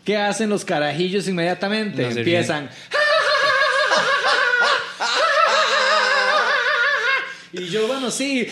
[SPEAKER 3] ¿Qué hacen los carajillos inmediatamente?
[SPEAKER 2] No se
[SPEAKER 3] Empiezan. Y yo, bueno, sí.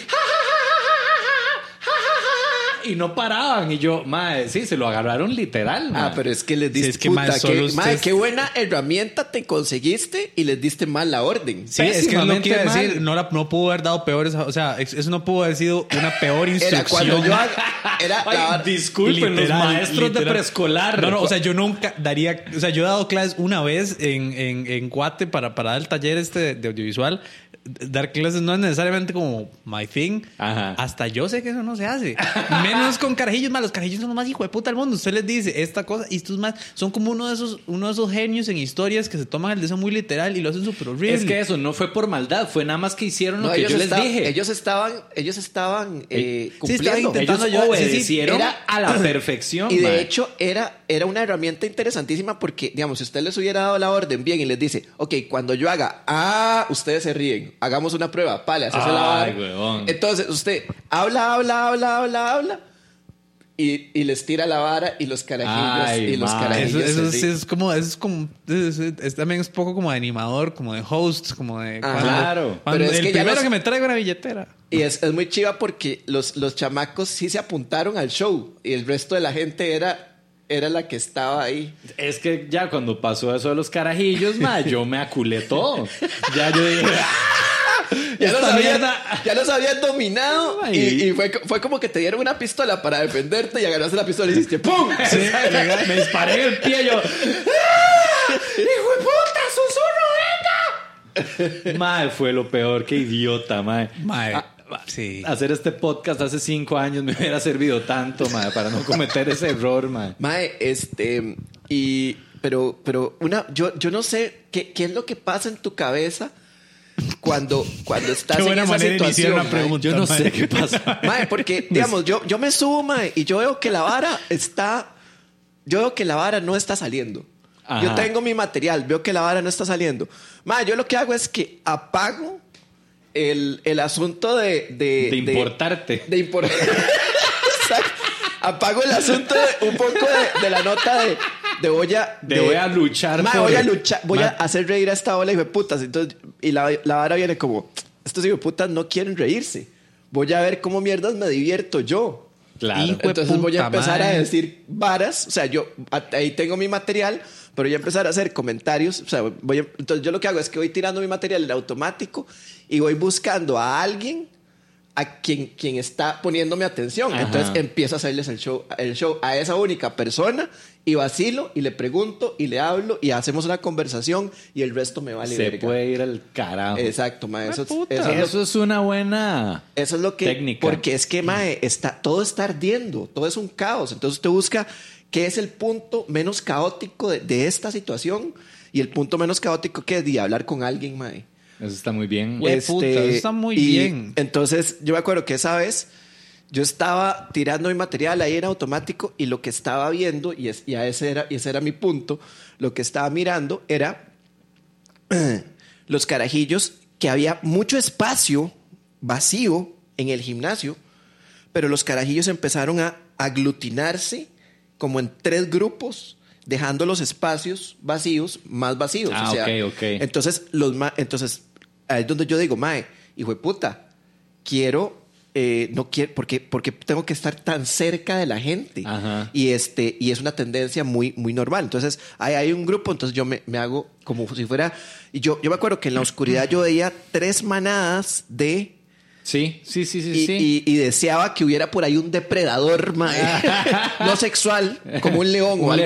[SPEAKER 3] Y no paraban. Y yo, mae, sí, se lo agarraron literal.
[SPEAKER 1] Ah,
[SPEAKER 3] mae.
[SPEAKER 1] pero es que les
[SPEAKER 2] Sí,
[SPEAKER 1] diste
[SPEAKER 2] es que,
[SPEAKER 1] puta,
[SPEAKER 2] mae,
[SPEAKER 1] qué-
[SPEAKER 2] solo
[SPEAKER 1] mae,
[SPEAKER 2] usted-
[SPEAKER 1] qué buena herramienta te conseguiste y les diste mal la orden.
[SPEAKER 2] Sí, es que es lo que iba a
[SPEAKER 3] Pésimamente
[SPEAKER 2] decir.
[SPEAKER 3] mal.
[SPEAKER 2] No, la, no pudo haber dado peores. O sea, ex- eso no pudo haber sido una peor instrucción.
[SPEAKER 1] Era cuando yo haga- era
[SPEAKER 3] Ay,
[SPEAKER 1] la-
[SPEAKER 3] disculpen,
[SPEAKER 2] Literal,
[SPEAKER 3] los maestros de
[SPEAKER 2] literal.
[SPEAKER 3] preescolar.
[SPEAKER 2] No, no, o sea, yo nunca daría. O sea, yo he dado clases una vez en, en, en Guate para, para dar el taller este de, de audiovisual. Dar clases no es necesariamente como my thing.
[SPEAKER 3] Ajá.
[SPEAKER 2] Hasta yo sé que eso no se hace. Menos con carajillos más. Los carajillos son los más hijo de puta del mundo. Usted les dice esta cosa y estos más son como uno de esos, uno de esos genios en historias que se toman el deseo muy literal y lo hacen súper horrible.
[SPEAKER 3] Es que eso no fue por maldad, fue nada más que hicieron lo
[SPEAKER 1] No,
[SPEAKER 3] que
[SPEAKER 1] ellos,
[SPEAKER 3] yo les
[SPEAKER 1] estaba-
[SPEAKER 3] dije.
[SPEAKER 1] ellos estaban, ellos estaban eh,
[SPEAKER 2] Sí,
[SPEAKER 1] cumpliendo.
[SPEAKER 2] estaba intentando
[SPEAKER 3] Ellos
[SPEAKER 2] ayudar. Sí, sí,
[SPEAKER 3] obedecieron
[SPEAKER 1] era-
[SPEAKER 3] a la perfección.
[SPEAKER 1] Y
[SPEAKER 3] mae.
[SPEAKER 1] de hecho, era, era una herramienta interesantísima porque, digamos, si usted les hubiera dado la orden bien y les dice, ok, cuando yo haga, ah, ustedes se ríen, hagamos una prueba, pale, haces la
[SPEAKER 3] Ay,
[SPEAKER 1] vara.
[SPEAKER 3] huevón.
[SPEAKER 1] Entonces, usted habla, habla, habla, habla, habla. Y, y les tira la vara y los carajillos
[SPEAKER 3] Ay,
[SPEAKER 1] y los
[SPEAKER 3] ma.
[SPEAKER 1] carajillos.
[SPEAKER 2] Eso, eso
[SPEAKER 1] se
[SPEAKER 2] sí
[SPEAKER 1] ríen.
[SPEAKER 2] es como, eso es como, es- es- es- también es poco como de animador, como de host, como de.
[SPEAKER 1] Ajá.
[SPEAKER 3] Claro.
[SPEAKER 2] cuando
[SPEAKER 1] Pero es
[SPEAKER 2] el
[SPEAKER 1] que ya
[SPEAKER 2] primero
[SPEAKER 1] los-
[SPEAKER 2] que me traiga una billetera.
[SPEAKER 1] Y es, es muy chiva porque los, los chamacos sí se apuntaron al show y el resto de la gente era, era la que estaba ahí.
[SPEAKER 3] Es que ya cuando pasó eso de los carajillos, mae, yo me aculé todo. Ya yo dije, "Ah".
[SPEAKER 1] ya, los
[SPEAKER 2] Esta
[SPEAKER 1] había,
[SPEAKER 2] mierda.
[SPEAKER 1] ya los habían dominado
[SPEAKER 2] Ay.
[SPEAKER 1] y, y fue, co- fue como que te dieron una pistola para defenderte y agarraste la pistola y hiciste ¡pum!
[SPEAKER 3] Sí, me disparé en el pie yo.
[SPEAKER 1] ¡Hijo de puta, susurro,
[SPEAKER 3] Mae, fue lo peor, qué idiota, mae.
[SPEAKER 2] Mae,
[SPEAKER 3] Ah,
[SPEAKER 2] sí.
[SPEAKER 3] Hacer este podcast hace cinco años me hubiera servido tanto, mae, para no cometer ese error, mae.
[SPEAKER 1] Mae, este, y, pero, pero una, yo, yo no sé qué, qué es lo que pasa en tu cabeza cuando, cuando estás
[SPEAKER 4] Qué
[SPEAKER 1] en
[SPEAKER 4] buena
[SPEAKER 1] esa
[SPEAKER 4] manera de iniciar
[SPEAKER 1] situación.
[SPEAKER 4] una
[SPEAKER 1] mae.
[SPEAKER 4] pregunta.
[SPEAKER 3] Yo no
[SPEAKER 4] mae.
[SPEAKER 3] sé qué pasa.
[SPEAKER 1] Mae, porque, digamos, yo, yo me subo, mae, y yo veo que la vara está. Yo veo que la vara no está saliendo.
[SPEAKER 3] Ajá.
[SPEAKER 1] Yo tengo mi material, veo que la vara no está saliendo. Mae, yo lo que hago es que apago el, el asunto de. De,
[SPEAKER 3] De importarte.
[SPEAKER 1] De, importar. apago el asunto de- un poco de, de la nota de. De voy a...
[SPEAKER 3] De voy a luchar
[SPEAKER 1] Mae,
[SPEAKER 3] por-
[SPEAKER 1] voy a luchar. Voy a
[SPEAKER 3] Mae.
[SPEAKER 1] hacer reír a esta ola, hijo de putas. Entonces, y la, la vara viene como, estos hijo de putas no quieren reírse. Voy a ver cómo mierdas me divierto yo.
[SPEAKER 3] Claro.
[SPEAKER 2] Hijo de
[SPEAKER 1] Entonces voy a
[SPEAKER 2] puta
[SPEAKER 1] empezar a
[SPEAKER 2] madre.
[SPEAKER 1] decir varas. O sea, yo a- ahí tengo mi material, pero voy a empezar a hacer comentarios. O sea, voy a- entonces yo lo que hago es que voy tirando mi material en automático y voy buscando a alguien a quien, quien está poniéndome atención.
[SPEAKER 3] Ajá.
[SPEAKER 1] Entonces empiezo a hacerles el show, el show a esa única persona y vacilo y le pregunto y le hablo y hacemos una conversación y el resto me vale
[SPEAKER 3] Se
[SPEAKER 1] verga.
[SPEAKER 3] puede ir al carajo.
[SPEAKER 1] Exacto, ma, eso,
[SPEAKER 2] Puta.
[SPEAKER 1] eso
[SPEAKER 3] Eso,
[SPEAKER 1] es lo
[SPEAKER 3] es una buena.
[SPEAKER 1] eso es lo que.
[SPEAKER 3] Técnica. Mm.
[SPEAKER 1] Porque es que, mae, está, todo está ardiendo, todo es un caos. Entonces usted busca qué es el punto menos caótico de, de esta situación y el punto menos caótico que es de hablar con alguien, mae.
[SPEAKER 3] Eso está muy bien.
[SPEAKER 2] Güey, puta, eso está muy
[SPEAKER 1] Este, y
[SPEAKER 2] bien.
[SPEAKER 1] Entonces, yo me acuerdo que esa vez yo estaba tirando mi material ahí en automático y lo que estaba viendo, y, es- y a ese, era, y ese era mi punto, lo que estaba mirando era los carajillos que había mucho espacio vacío en el gimnasio, pero los carajillos empezaron a aglutinarse como en tres grupos, dejando los espacios vacíos más vacíos.
[SPEAKER 3] Ah,
[SPEAKER 1] o sea,
[SPEAKER 3] ok, ok.
[SPEAKER 1] Entonces, los ma- entonces, ahí es donde yo digo, mae, hijo de puta, quiero, eh, no quiero, porque, porque tengo que estar tan cerca de la gente.
[SPEAKER 3] Ajá.
[SPEAKER 1] Y, este, y es una tendencia muy, muy normal. Entonces, hay, hay un grupo, entonces yo me, me hago como si fuera. Y yo, yo me acuerdo que en la oscuridad yo veía tres manadas de.
[SPEAKER 3] Sí, sí, sí, sí.
[SPEAKER 1] Y,
[SPEAKER 3] sí.
[SPEAKER 1] y- y deseaba que hubiera por ahí un depredador, mae. no sexual, como un león o
[SPEAKER 3] un
[SPEAKER 1] algo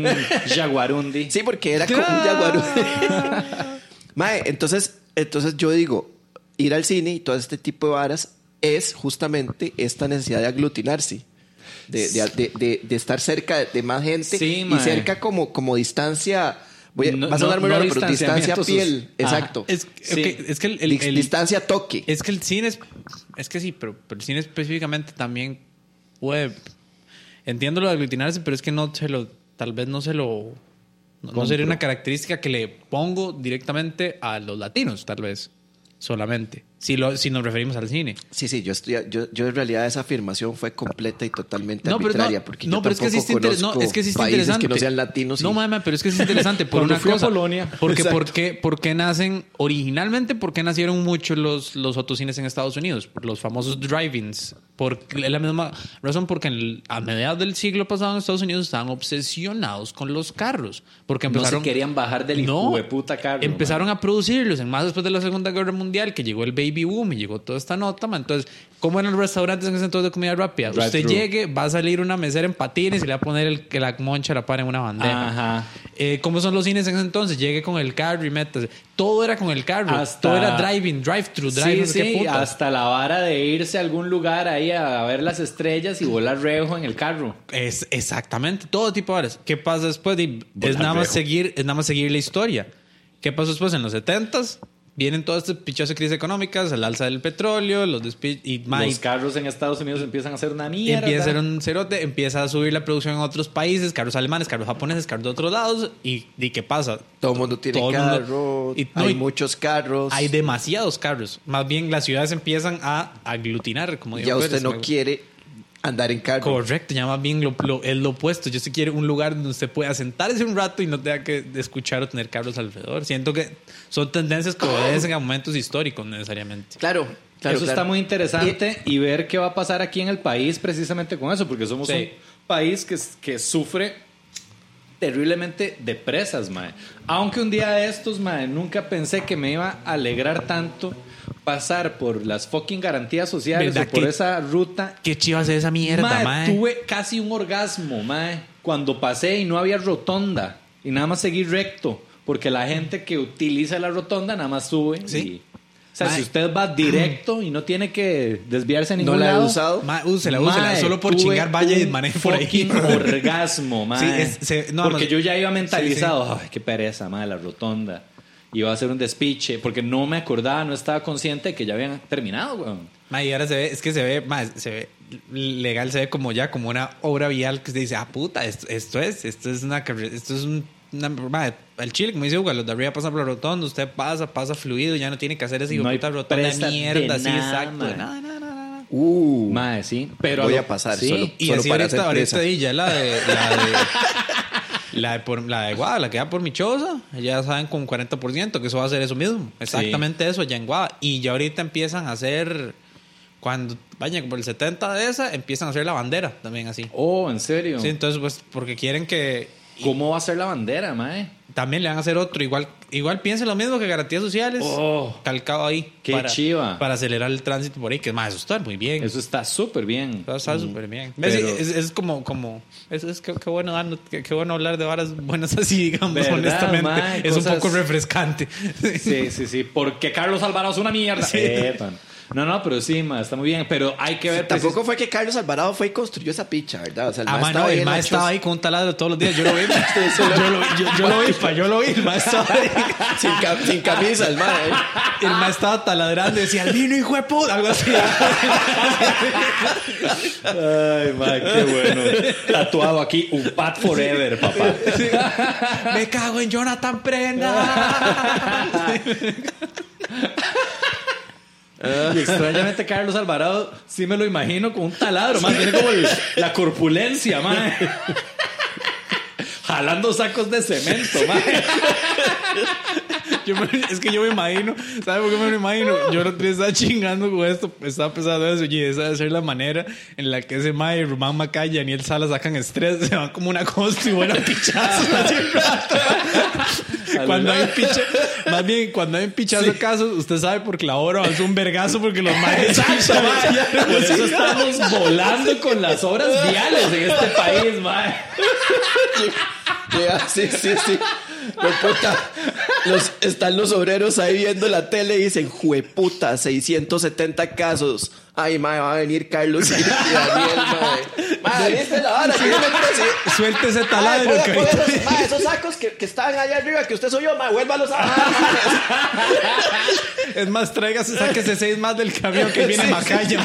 [SPEAKER 3] león
[SPEAKER 1] así.
[SPEAKER 3] o un jaguarundi.
[SPEAKER 1] Sí, porque era como un jaguar. Mae, entonces, entonces yo digo, ir al cine y todo este tipo de varas es justamente esta necesidad de aglutinarse. De, de- de- de- de estar cerca de más gente
[SPEAKER 3] Sí,
[SPEAKER 1] y
[SPEAKER 3] mae.
[SPEAKER 1] cerca como, como distancia. Voy a,
[SPEAKER 3] No-
[SPEAKER 1] va a sonar
[SPEAKER 3] no-
[SPEAKER 1] muy
[SPEAKER 3] no
[SPEAKER 1] raro, pero distancia
[SPEAKER 3] distanciamiento, sus-
[SPEAKER 1] piel.
[SPEAKER 3] Ajá.
[SPEAKER 1] Exacto.
[SPEAKER 2] Es, ok,
[SPEAKER 3] Sí.
[SPEAKER 2] es que el, el-
[SPEAKER 1] Dis-
[SPEAKER 2] el-
[SPEAKER 1] distancia toque.
[SPEAKER 2] es que el cine es, es que sí, pero, pero el cine específicamente también puede. Entiendo lo de aglutinarse, pero es que no se lo. Tal vez no se lo. No, no sería una característica que le pongo directamente a los latinos, tal vez. Solamente. Si, lo, si nos referimos al cine.
[SPEAKER 1] Sí, sí, yo, estoy, yo, yo en realidad esa afirmación fue completa y totalmente
[SPEAKER 2] No, pero, no,
[SPEAKER 1] arbitraria. porque
[SPEAKER 2] no,
[SPEAKER 1] yo
[SPEAKER 2] pero es que sí
[SPEAKER 1] tampoco
[SPEAKER 2] está, inter- no,
[SPEAKER 1] conozco
[SPEAKER 2] es que sí está
[SPEAKER 1] países
[SPEAKER 2] interesante.
[SPEAKER 1] que no sean latinos. y-
[SPEAKER 2] No, mami, pero es que sí es interesante por
[SPEAKER 3] Cuando
[SPEAKER 2] una
[SPEAKER 3] fui a
[SPEAKER 2] cosa.
[SPEAKER 3] Polonia.
[SPEAKER 2] Porque,
[SPEAKER 3] Exacto.
[SPEAKER 2] ¿por, qué, por qué nacen originalmente? ¿Por qué nacieron muchos los, los autocines en Estados Unidos? Por Los famosos drive-ins. Por es la misma razón, porque en el- a mediados del siglo pasado en Estados Unidos estaban obsesionados con los carros. Porque
[SPEAKER 3] No se
[SPEAKER 2] empezaron.
[SPEAKER 3] querían bajar del
[SPEAKER 2] No,
[SPEAKER 3] puta carro.
[SPEAKER 2] Empezaron a producirlos, en más después de la Segunda Guerra Mundial, que llegó el baby boom y llegó toda esta nota. ma. Entonces, ¿cómo eran los restaurantes en ese entonces de comida rápida?
[SPEAKER 3] Drive
[SPEAKER 2] Usted
[SPEAKER 3] thru.
[SPEAKER 2] llegue, va a salir una mesera en patines y le va a poner el, que la moncha la para en una bandeja.
[SPEAKER 3] Ajá.
[SPEAKER 2] Eh, ¿Cómo son los cines en ese entonces? Llegue con el carro y métase. Todo era con el carro.
[SPEAKER 3] Hasta-
[SPEAKER 2] Todo era driving, drive-thru, drive
[SPEAKER 3] sí, sí, hasta la vara de irse a algún lugar ahí a ver las estrellas y volar rejo en el carro.
[SPEAKER 2] Es exactamente todo tipo de horas. ¿Qué pasa después? Di- Es
[SPEAKER 3] Volar
[SPEAKER 2] nada más
[SPEAKER 3] lejos.
[SPEAKER 2] seguir, es nada más seguir la historia. ¿Qué pasó después? En los 70s vienen todas estas pichosas crisis económicas, el alza del petróleo, los despidos y
[SPEAKER 3] Los
[SPEAKER 2] Mike
[SPEAKER 3] carros en Estados Unidos empiezan a ser una mierda.
[SPEAKER 2] empieza a ser un cerote, empieza a subir la producción en otros países, carros alemanes, carros japoneses, carros de otros lados y, y ¿qué pasa?
[SPEAKER 1] Todo el mundo tiene
[SPEAKER 2] Todo el mundo-
[SPEAKER 1] carro,
[SPEAKER 2] y- no,
[SPEAKER 1] hay
[SPEAKER 2] y-
[SPEAKER 1] muchos carros.
[SPEAKER 2] Hay demasiados carros. Más bien las ciudades empiezan a aglutinar, como digo.
[SPEAKER 1] ya usted no quiere andar en carro.
[SPEAKER 2] Correcto, ya más bien lo, lo- es lo opuesto. Yo sí quiero un lugar donde usted pueda sentarse un rato y no tenga que escuchar o tener carros alrededor. Siento que son tendencias que obedecen a momentos históricos necesariamente.
[SPEAKER 1] Claro, claro.
[SPEAKER 3] eso
[SPEAKER 1] claro.
[SPEAKER 3] está muy interesante y, ver qué va a pasar aquí en el país precisamente con eso, porque somos
[SPEAKER 2] Sí.
[SPEAKER 3] un país que, que sufre terriblemente de presas, mae. Aunque un día de estos, mae, nunca pensé que me iba a alegrar tanto pasar por las fucking garantías sociales
[SPEAKER 2] ¿Verdad
[SPEAKER 3] o por
[SPEAKER 2] que-
[SPEAKER 3] esa ruta.
[SPEAKER 2] Qué chivas es esa mierda,
[SPEAKER 3] Mae,
[SPEAKER 2] mae.
[SPEAKER 3] tuve casi un orgasmo, mae, cuando pasé y no había rotonda y nada más seguí recto, porque la gente que utiliza la rotonda nada más sube.
[SPEAKER 2] Sí.
[SPEAKER 3] y- o sea,
[SPEAKER 2] Mae.
[SPEAKER 3] si usted va directo y no tiene que desviarse a
[SPEAKER 1] No
[SPEAKER 3] ningún
[SPEAKER 1] la he
[SPEAKER 3] lado,
[SPEAKER 1] usado.
[SPEAKER 2] Mae, Ah, uh, úsela, úsela.
[SPEAKER 3] Mae,
[SPEAKER 2] solo por
[SPEAKER 3] tuve
[SPEAKER 2] chingar vaya y
[SPEAKER 3] un
[SPEAKER 2] maneje por ahí.
[SPEAKER 3] fucking orgasmo, mae.
[SPEAKER 2] es- se- no,
[SPEAKER 3] porque
[SPEAKER 2] además-
[SPEAKER 3] yo ya iba mentalizado. Ay, qué pereza, mae, la rotonda. Iba a hacer un despiche. Porque no me acordaba, no estaba consciente de que ya habían terminado, weón.
[SPEAKER 2] Ma, y ahora se ve, es que se ve, ma, se ve legal, se ve como ya como una obra vial que se dice, ah, puta, esto, esto es, esto es una carre- esto es un, una, ma, el chile, como dice Hugo, los de arriba pasan por la rotonda, usted pasa, pasa fluido, ya no tiene que hacer ese hijo
[SPEAKER 3] No hay
[SPEAKER 2] puta rotonda
[SPEAKER 3] presta
[SPEAKER 2] de
[SPEAKER 3] de
[SPEAKER 2] mierda, sí,
[SPEAKER 3] nada,
[SPEAKER 2] exacto,
[SPEAKER 3] ma.
[SPEAKER 2] nada, nada, nada, nada.
[SPEAKER 1] Uh,
[SPEAKER 3] Mae, sí. Pero
[SPEAKER 1] Voy
[SPEAKER 3] lo-
[SPEAKER 1] a pasar
[SPEAKER 3] sí.
[SPEAKER 1] solo.
[SPEAKER 2] Y
[SPEAKER 1] Solo
[SPEAKER 2] así
[SPEAKER 1] para
[SPEAKER 2] ahorita,
[SPEAKER 1] hacer presa.
[SPEAKER 2] ahorita di ya la de, la de, la de, por, la de Guada, la que va por Michosa, ya saben con 40% que eso va a ser eso mismo. Exactamente eso allá en Guada. Y ya ahorita empiezan a hacer, cuando vayan por el 70 de esa, empiezan a hacer la bandera también así.
[SPEAKER 3] Oh, en serio.
[SPEAKER 2] Sí, entonces pues porque quieren que
[SPEAKER 3] ¿Cómo va a ser la bandera, mae?
[SPEAKER 2] también le van a hacer otro. Igual, igual piensen lo mismo que garantías sociales.
[SPEAKER 3] Oh.
[SPEAKER 2] calcado ahí.
[SPEAKER 3] Qué
[SPEAKER 2] para,
[SPEAKER 3] chiva.
[SPEAKER 2] Para acelerar el tránsito por ahí, que es más, eso está muy bien.
[SPEAKER 3] Eso está súper bien.
[SPEAKER 2] Está- Está súper bien.
[SPEAKER 3] Pero-
[SPEAKER 2] Es, Mm. es- es como, como, es, es que, que bueno, darnos- que, que bueno hablar de varas buenas así, digamos,
[SPEAKER 3] ¿Verdad,
[SPEAKER 2] honestamente.
[SPEAKER 3] mae?
[SPEAKER 2] es
[SPEAKER 3] Cosas-
[SPEAKER 2] un poco refrescante.
[SPEAKER 3] Sí, sí, sí. Porque Carlos Alvarado es una mierda. Epa. No, no, pero sí, ma, está muy bien. Pero hay que ver.
[SPEAKER 1] Tampoco fue que Carlos Alvarado fue y construyó esa picha, ¿verdad? O sea, el
[SPEAKER 2] Ah,
[SPEAKER 1] mae
[SPEAKER 2] mae, no,
[SPEAKER 1] estaba ahí
[SPEAKER 2] el
[SPEAKER 1] en
[SPEAKER 2] mae
[SPEAKER 1] la
[SPEAKER 2] estaba
[SPEAKER 1] choza.
[SPEAKER 2] ahí con un taladro todos los días. Yo lo vi. yo lo vi, yo, yo lo vi, pa, yo lo vi. El mae estaba ahí.
[SPEAKER 1] sin, cam- sin camisa, el mae.
[SPEAKER 2] El mae estaba taladrando y decía, "Al vino, hijo de puta", algo así.
[SPEAKER 3] Ay, ma, qué bueno. Tatuado aquí, un pat forever, papá.
[SPEAKER 2] Me cago en Jonathan Prenda.
[SPEAKER 3] Y extrañamente Carlos Alvarado sí me lo imagino con un taladro, más tiene como el- la corpulencia, man. Jalando sacos de cemento, man.
[SPEAKER 2] Yo me- es que yo me imagino, ¿sabes por qué me lo imagino? Yo el otro día estaba chingando con esto, estaba pensando eso, y esa debe ser la manera en la que ese Mae, Román Macaya y Daniel Sala sacan estrés, se van como una cosa y vuelan pichazos así un rato. Cuando hay un picha, más bien, cuando hay un pichazo caso, usted sabe porque la hora avanzó un vergazo porque los Maes.
[SPEAKER 3] Exacto, man. Por eso estamos volando con las obras viales en este país, man.
[SPEAKER 1] Llega- sí, sí, sí. Lo puta. Los, están los obreros ahí viendo la tele y dicen, jueputa, 670 casos. Ay, mae, va a venir Carlos y y Daniel, mae. Mae, ¿viste la vara? Que yo me puse así.
[SPEAKER 2] Suelte ese
[SPEAKER 1] Ay,
[SPEAKER 2] taladro,
[SPEAKER 1] ponga-
[SPEAKER 2] cabrito.
[SPEAKER 1] ponga esos, mae, esos sacos que, que estaban allá arriba, que usted soy yo, mae, vuélvalos a...
[SPEAKER 2] Es más, tráigase, sáquese seis más del camión que viene Macaya.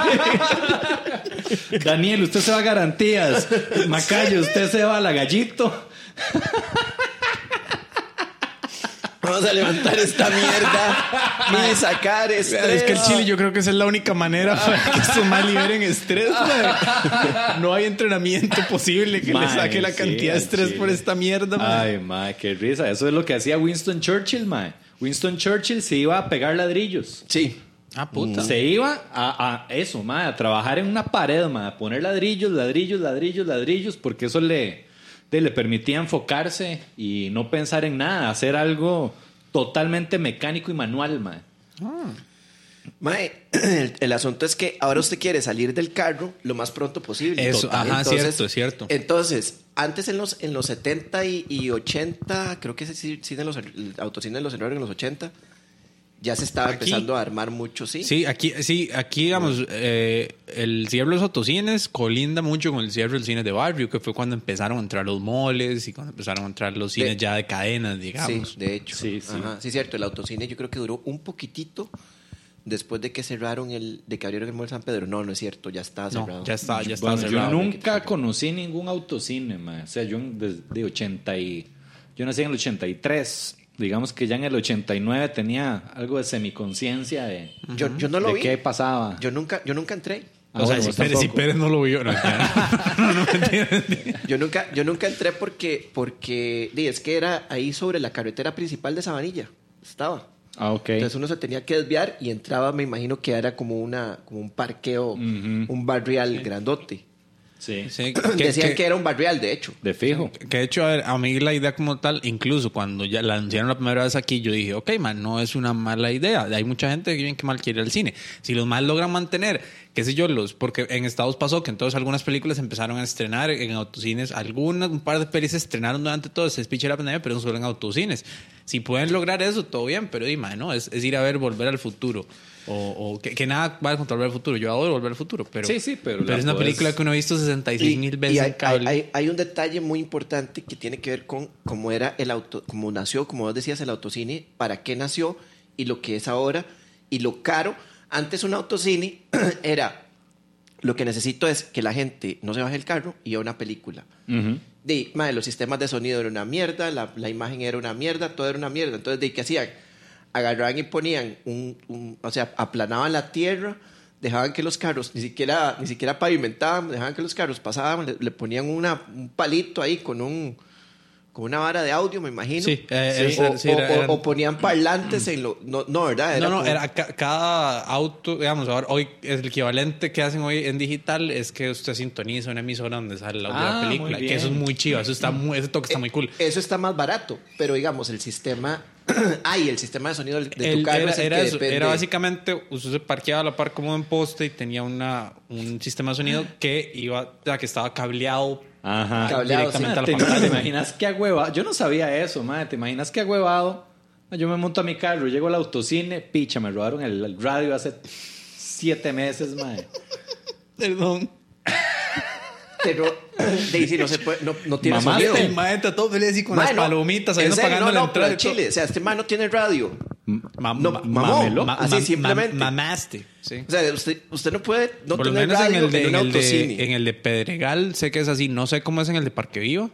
[SPEAKER 2] mae.
[SPEAKER 3] Daniel, usted se va a garantías. Macayo, usted se va a la gallito.
[SPEAKER 1] Vamos a levantar esta mierda y sacar este...
[SPEAKER 2] Es que el Chile yo creo que esa es la única manera para que estos más liberen estrés. mae. No hay entrenamiento posible que
[SPEAKER 3] Mae,
[SPEAKER 2] le saque la
[SPEAKER 3] sí,
[SPEAKER 2] cantidad de
[SPEAKER 3] al
[SPEAKER 2] estrés
[SPEAKER 3] chile.
[SPEAKER 2] por esta mierda. mae.
[SPEAKER 3] Ay, mae, qué risa. Eso es lo que hacía Winston Churchill, mae. Winston Churchill se iba a pegar ladrillos.
[SPEAKER 1] Sí.
[SPEAKER 2] Ah, puta.
[SPEAKER 3] Se iba a, a eso, ma, a trabajar en una pared, ma, a poner ladrillos, ladrillos, ladrillos, ladrillos, porque eso le, de- le permitía enfocarse y no pensar en nada, hacer algo totalmente mecánico y manual, ma.
[SPEAKER 1] Mae, el, el asunto es que ahora usted quiere salir del carro lo más pronto posible.
[SPEAKER 2] Eso, ajá, cierto, cierto.
[SPEAKER 1] Entonces, antes en los, en los 70 y, y 80, creo que ese ci- cine de los, el autocine de los errores en los 80, ya se estaba
[SPEAKER 2] Aquí.
[SPEAKER 1] empezando a armar mucho, ¿sí?
[SPEAKER 2] Sí, aquí, sí, aquí digamos, eh, el cierre de los autocines colinda mucho con el cierre del cine de barrio, que fue cuando empezaron a entrar los moles y cuando empezaron a entrar los cines ya de cadenas,
[SPEAKER 1] Sí,
[SPEAKER 2] digamos.
[SPEAKER 1] de hecho.
[SPEAKER 3] Sí, sí.
[SPEAKER 1] Ajá, sí, cierto. El autocine yo creo que duró un poquitito después de que cerraron el, de que abrieron el Mall San Pedro. No, no es cierto, ya está
[SPEAKER 2] No,
[SPEAKER 1] cerrado.
[SPEAKER 2] ya está, ya está
[SPEAKER 3] Bueno,
[SPEAKER 2] cerrado.
[SPEAKER 3] yo nunca conocí ningún autocine, ma. O sea, yo en- desde de 80 y... Yo nací en el 83. Digamos que ya en el 89 tenía algo de semiconciencia de,
[SPEAKER 1] Yo, yo no lo
[SPEAKER 3] de
[SPEAKER 1] vi.
[SPEAKER 3] qué pasaba.
[SPEAKER 1] Yo nunca, yo nunca entré.
[SPEAKER 3] Ah,
[SPEAKER 2] o sea,
[SPEAKER 3] bueno,
[SPEAKER 2] si,
[SPEAKER 3] vos
[SPEAKER 2] Pérez, si
[SPEAKER 3] tampoco.
[SPEAKER 2] Pérez no lo vio, no, ya. no, no, mentira, mentira.
[SPEAKER 1] Yo nunca, yo nunca entré porque, porque, di, es que era ahí sobre la carretera principal de Sabanilla. Estaba.
[SPEAKER 3] Ah, ok.
[SPEAKER 1] Entonces uno se tenía que desviar y entraba, me imagino que era como una, como un parqueo,
[SPEAKER 3] Ujú.
[SPEAKER 1] un barrial grandote.
[SPEAKER 3] Sí.
[SPEAKER 2] Sí,
[SPEAKER 1] Decían que era un barrial, de hecho.
[SPEAKER 3] De fijo.
[SPEAKER 2] Que de hecho, a, ver, a mí la idea como tal, incluso cuando ya la anunciaron la primera vez aquí, yo dije, ok, man, no es una mala idea. Hay mucha gente que bien que mal quiere el cine. Si los más logran mantener, qué sé yo, los, porque en Estados pasó que entonces algunas películas empezaron a estrenar en autocines, algunas, un par de pelis se estrenaron durante todo ese speech de la pandemia, pero no solo en autocines. Si pueden lograr eso, todo bien, pero dime, ¿no? Es, es ir a ver Volver al Futuro. O, o que, que nada va contra Volver al Futuro. Yo adoro Volver al Futuro, pero,
[SPEAKER 3] Sí, sí, pero la
[SPEAKER 2] es una
[SPEAKER 3] podés-
[SPEAKER 2] película que uno ha visto 66 mil veces
[SPEAKER 1] y hay,
[SPEAKER 2] en cable.
[SPEAKER 1] hay- hay- hay un detalle muy importante que tiene que ver con cómo era el auto, cómo nació, como vos decías, el autocine, para qué nació y lo que es ahora y lo caro. Antes un autocine era lo que necesito es que la gente no se baje el carro y vea una película.
[SPEAKER 3] Ujú.
[SPEAKER 1] De, madre, los sistemas de sonido eran una mierda, la, la imagen era una mierda, todo era una mierda. Entonces, ¿de qué hacían? Agarraban y ponían un, un- o sea, aplanaban la tierra, dejaban que los carros, ni siquiera, ni siquiera pavimentaban, dejaban que los carros pasaban, le, le ponían una, un palito ahí con un con una vara de audio, me imagino.
[SPEAKER 2] Sí, eh,
[SPEAKER 1] o,
[SPEAKER 2] era- sí, era-
[SPEAKER 1] o- o-
[SPEAKER 2] eran-
[SPEAKER 1] o ponían parlantes en lo, no, no, ¿verdad?
[SPEAKER 2] no, no,
[SPEAKER 1] como-
[SPEAKER 2] era ca- cada auto, digamos, ahora hoy es el equivalente que hacen hoy en digital es que usted sintoniza una emisora donde sale la
[SPEAKER 3] Ah, muy
[SPEAKER 2] película,
[SPEAKER 3] bien.
[SPEAKER 2] que eso es muy chido, eso está
[SPEAKER 1] Mm.
[SPEAKER 2] muy, ese toque está muy cool.
[SPEAKER 1] Eso está más barato, pero digamos, el sistema, ay, el sistema de sonido del- de tu
[SPEAKER 2] El-
[SPEAKER 1] carro
[SPEAKER 2] era,
[SPEAKER 1] es Eh, el
[SPEAKER 2] era
[SPEAKER 1] que
[SPEAKER 2] eso,
[SPEAKER 1] depende.
[SPEAKER 2] era básicamente, usted se parqueaba a la par como en poste y tenía una, un sistema de sonido que iba, o sea, que estaba cableado
[SPEAKER 3] Ajá.
[SPEAKER 1] Cableado,
[SPEAKER 2] directamente
[SPEAKER 3] Te,
[SPEAKER 2] a la
[SPEAKER 3] te
[SPEAKER 2] pantalla.
[SPEAKER 3] imaginas qué agüevado. Yo no sabía eso, madre. Te imaginas qué agüevado. Yo me monto a mi carro, llego al autocine, picha, me robaron el, el radio hace siete meses, madre.
[SPEAKER 2] Perdón.
[SPEAKER 1] Pero, Daisy, no se puede, no, no tiene
[SPEAKER 3] Mamá,
[SPEAKER 1] sonido.
[SPEAKER 2] El maestro todo feliz y este con
[SPEAKER 1] Mae,
[SPEAKER 2] las
[SPEAKER 1] no,
[SPEAKER 2] palomitas,
[SPEAKER 1] en
[SPEAKER 2] ahí no
[SPEAKER 1] serio,
[SPEAKER 2] pagando
[SPEAKER 1] no,
[SPEAKER 2] la
[SPEAKER 1] no,
[SPEAKER 2] entrada.
[SPEAKER 1] pero
[SPEAKER 2] y todo.
[SPEAKER 1] Chile, o sea, este man no tiene radio.
[SPEAKER 2] Ma-
[SPEAKER 1] no,
[SPEAKER 2] ma-
[SPEAKER 1] mamó,
[SPEAKER 2] mameló.
[SPEAKER 1] así
[SPEAKER 2] Ma- ma-
[SPEAKER 1] simplemente.
[SPEAKER 2] Mamaste, sí.
[SPEAKER 1] O sea, usted, usted no puede no
[SPEAKER 2] Por lo
[SPEAKER 1] tener
[SPEAKER 2] menos en
[SPEAKER 1] radio
[SPEAKER 2] el,
[SPEAKER 1] en,
[SPEAKER 2] de,
[SPEAKER 1] un
[SPEAKER 2] en el de-
[SPEAKER 1] autocine.
[SPEAKER 2] en el de Pedregal sé que es así. No sé cómo es en el de Parque Viva.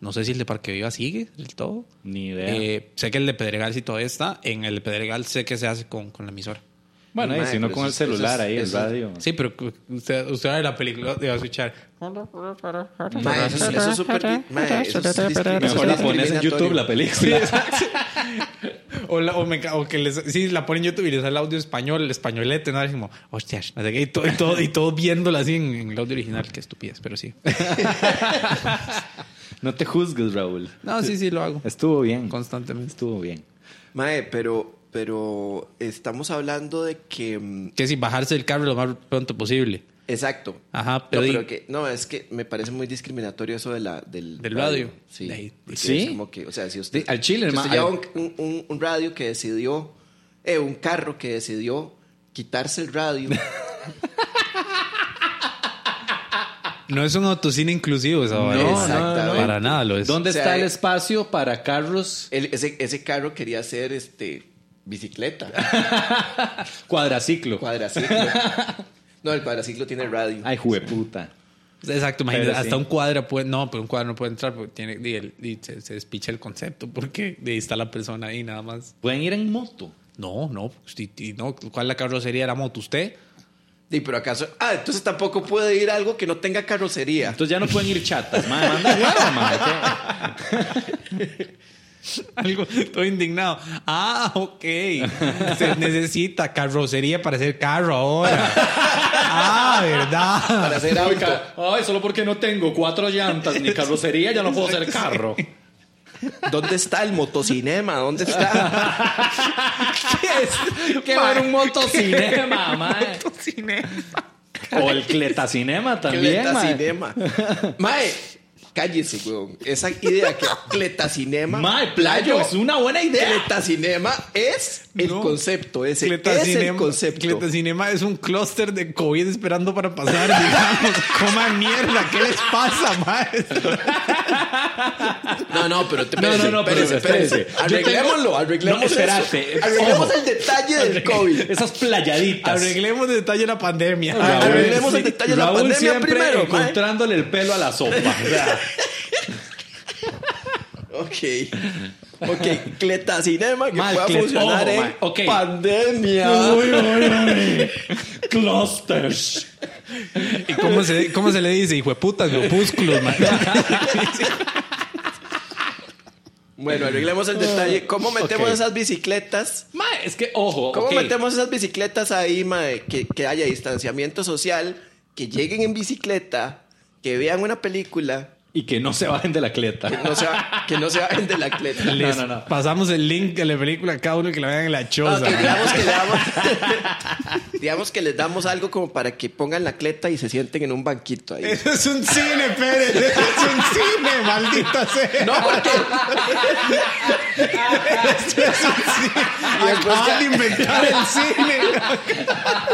[SPEAKER 2] No sé si el de Parque Viva sigue del todo.
[SPEAKER 3] Ni idea.
[SPEAKER 2] Eh, sé que el de Pedregal sí todavía está. En el de Pedregal sé que se hace con, con la emisora.
[SPEAKER 3] bueno, y
[SPEAKER 1] Mae,
[SPEAKER 3] si no
[SPEAKER 1] pero
[SPEAKER 3] con el
[SPEAKER 1] pues eso es-
[SPEAKER 3] celular ahí,
[SPEAKER 1] eso
[SPEAKER 3] el
[SPEAKER 1] es-
[SPEAKER 3] radio.
[SPEAKER 2] Sí, pero cu- usted, usted va a ver la película y va a escuchar.
[SPEAKER 1] Mae, eso, es- eso es súper. di- mae, eso es discri-
[SPEAKER 3] Mejor la
[SPEAKER 1] eso es
[SPEAKER 3] pones en YouTube la
[SPEAKER 1] discriminatorio.
[SPEAKER 3] película.
[SPEAKER 2] O, la- o me ca- o que les, sí, la ponen en YouTube y les da el audio español, el españolete, ¿no? Y como, hostias, no sé qué, y todo, y todo, y todo viéndola así en, en el audio original, qué estupidez, pero sí.
[SPEAKER 3] No te juzgues, Raúl.
[SPEAKER 2] No, sí, sí, lo hago.
[SPEAKER 3] Estuvo bien.
[SPEAKER 2] Constantemente.
[SPEAKER 3] Estuvo bien.
[SPEAKER 1] Mae, pero, pero estamos hablando de que. mm,
[SPEAKER 2] Que si bajarse del carro lo más pronto posible.
[SPEAKER 1] Exacto.
[SPEAKER 2] Ajá, pero
[SPEAKER 1] No,
[SPEAKER 2] di-
[SPEAKER 1] pero que, no, es que me parece muy discriminatorio eso de la, del,
[SPEAKER 2] Del radio.
[SPEAKER 1] Sí.
[SPEAKER 2] De ahí.
[SPEAKER 1] Porque
[SPEAKER 3] pues, Sí.
[SPEAKER 1] es como que, o sea, si usted.
[SPEAKER 3] Sí, al chile,
[SPEAKER 1] si
[SPEAKER 3] hermano,
[SPEAKER 1] usted lleva
[SPEAKER 3] al-
[SPEAKER 1] un, un- un radio que decidió. eh, un carro que decidió quitarse el radio.
[SPEAKER 2] No es un autocine inclusivo esa vara.
[SPEAKER 1] no, Exactamente.
[SPEAKER 2] Para nada lo es.
[SPEAKER 3] ¿Dónde
[SPEAKER 1] O sea,
[SPEAKER 3] está el
[SPEAKER 1] eh,
[SPEAKER 3] espacio para carros
[SPEAKER 1] el- ese, ese carro quería ser este, bicicleta,
[SPEAKER 3] cuadraciclo?
[SPEAKER 1] cuadraciclo. No, el cuadraciclo tiene radio.
[SPEAKER 3] Ay, jueputa.
[SPEAKER 2] Exacto, imagínate,
[SPEAKER 3] Pero sí.
[SPEAKER 2] hasta un cuadra puede... No, pero un cuadra no puede entrar porque tiene, y el- y se, se despicha el concepto porque ahí está la persona ahí nada más.
[SPEAKER 3] Pueden ir en moto.
[SPEAKER 2] No, no, si- si no ¿cuál la carrocería era moto usted?
[SPEAKER 1] Sí, pero acaso. Ah, entonces tampoco puede ir algo que no tenga carrocería.
[SPEAKER 3] Entonces ya no pueden ir chatas, madre. Manda huevo, madre. ¿Qué?
[SPEAKER 2] Algo, estoy indignado. Ah, ok. Se necesita carrocería para hacer carro ahora. Ah, ¿verdad?
[SPEAKER 1] Para hacer auto.
[SPEAKER 3] Ay, solo porque no tengo cuatro llantas ni carrocería, ya no puedo ser carro.
[SPEAKER 1] ¿Dónde está el motocinema? ¿Dónde está?
[SPEAKER 3] ¿Qué va a haber un motocinema, madre?
[SPEAKER 2] Cine.
[SPEAKER 3] O el cletacinema también, madre.
[SPEAKER 1] Cletacinema. Mae, cállese, weón. Esa idea que cletacinema.
[SPEAKER 3] Mae, playo, es una buena idea.
[SPEAKER 1] Cletacinema es el
[SPEAKER 2] No.
[SPEAKER 1] concepto. Ese es el
[SPEAKER 2] Cletacinema-
[SPEAKER 1] concepto.
[SPEAKER 2] Cletacinema es un clúster de COVID esperando para pasar, digamos. Coman mierda, ¿qué les pasa, maestro?
[SPEAKER 1] No, no, pero te
[SPEAKER 3] No, no, no, pero
[SPEAKER 1] espérense, espérense.
[SPEAKER 3] espérense. Yo
[SPEAKER 1] Arreglémoslo,
[SPEAKER 3] tengo-
[SPEAKER 1] arreglemos
[SPEAKER 3] No, espérate.
[SPEAKER 1] eso. Arreglemos
[SPEAKER 3] Ojo.
[SPEAKER 1] el detalle del COVID.
[SPEAKER 3] Esas playaditas.
[SPEAKER 2] Arreglemos el detalle de la pandemia.
[SPEAKER 1] Raúl. Arreglemos el detalle de la
[SPEAKER 3] Raúl
[SPEAKER 1] pandemia
[SPEAKER 3] siempre
[SPEAKER 1] primero, mae.
[SPEAKER 3] encontrándole el pelo a la sopa. o sea.
[SPEAKER 1] Ok. Ok, cletacinema que
[SPEAKER 3] Mae,
[SPEAKER 1] pueda
[SPEAKER 3] clet-
[SPEAKER 1] funcionar
[SPEAKER 3] ojo,
[SPEAKER 1] en
[SPEAKER 3] mae. Ok.
[SPEAKER 1] pandemia.
[SPEAKER 3] Uy, uy, uy. Clusters.
[SPEAKER 2] ¿Y cómo se, cómo se le dice? Hijo de puta, grupúsculos, mae.
[SPEAKER 1] Bueno, arreglemos el detalle. ¿Cómo metemos
[SPEAKER 3] Ok.
[SPEAKER 1] esas bicicletas?
[SPEAKER 3] Mae, es que, ojo,
[SPEAKER 1] ¿Cómo
[SPEAKER 3] ok.
[SPEAKER 1] metemos esas bicicletas ahí, mae? Que, que haya distanciamiento social, que lleguen en bicicleta, que vean una película
[SPEAKER 3] Y que no se bajen de la cleta.
[SPEAKER 1] que no se, va- que no se bajen del atleta.
[SPEAKER 3] No, no, no.
[SPEAKER 2] Pasamos el link de la película a cada uno que la vean en la
[SPEAKER 1] No,
[SPEAKER 2] choza.
[SPEAKER 1] que digamos, que le damos, digamos que les damos algo como para que pongan la cleta y se sienten en un banquito ahí.
[SPEAKER 2] Eso es un cine, Pérez. Eso es un cine, maldita sea.
[SPEAKER 1] No, porque
[SPEAKER 2] y acaban de inventar el cine.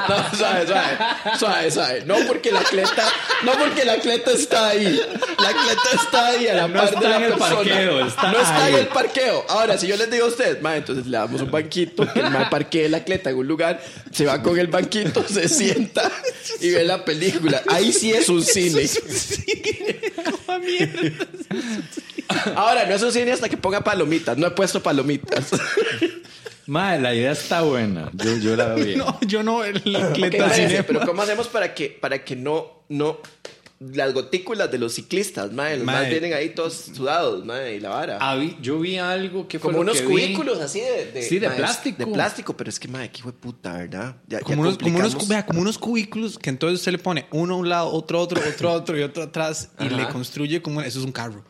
[SPEAKER 1] No, suave, suave, suave, suave. No porque la cleta, no porque la cleta está ahí. La cleta está ahí a la
[SPEAKER 3] No
[SPEAKER 1] par
[SPEAKER 3] está
[SPEAKER 1] de la
[SPEAKER 3] en el
[SPEAKER 1] persona.
[SPEAKER 3] parqueo, está
[SPEAKER 1] no está
[SPEAKER 3] ahí.
[SPEAKER 1] en el parqueo. Ahora, si yo les digo a ustedes, "Ma, entonces le damos un banquito, que el man parquee la cleta en un lugar, se va con el banquito, se sienta y ve la película. Ahí sí es un cine. Ahora, no es un cine hasta que ponga palomitas. No he puesto palomitas.
[SPEAKER 3] Madre, la idea está buena. Yo, yo la veo bien.
[SPEAKER 2] No, yo no, el
[SPEAKER 1] Ok,
[SPEAKER 2] atleta
[SPEAKER 1] espérense,
[SPEAKER 2] cine.
[SPEAKER 1] pero ¿cómo hacemos para que, para que no, no las gotículas de los ciclistas, mae, los
[SPEAKER 2] Mae. Ah,
[SPEAKER 1] más vienen ahí todos sudados, mae, y la vara.
[SPEAKER 3] Habí- yo vi algo que fue
[SPEAKER 1] como
[SPEAKER 3] lo
[SPEAKER 1] unos
[SPEAKER 3] que vi.
[SPEAKER 1] cubículos así de,
[SPEAKER 3] Sí, de
[SPEAKER 1] mae,
[SPEAKER 3] plástico.
[SPEAKER 1] De plástico, pero es que mae, qué puta, ¿verdad? Ya, ya
[SPEAKER 2] Como unos, como, unos,
[SPEAKER 1] complicamos.
[SPEAKER 2] vea, como unos cubículos que entonces usted le pone uno a un lado, otro a otro, otro a otro y otro atrás y
[SPEAKER 1] Ajá.
[SPEAKER 2] le construye como... Eso es un carro.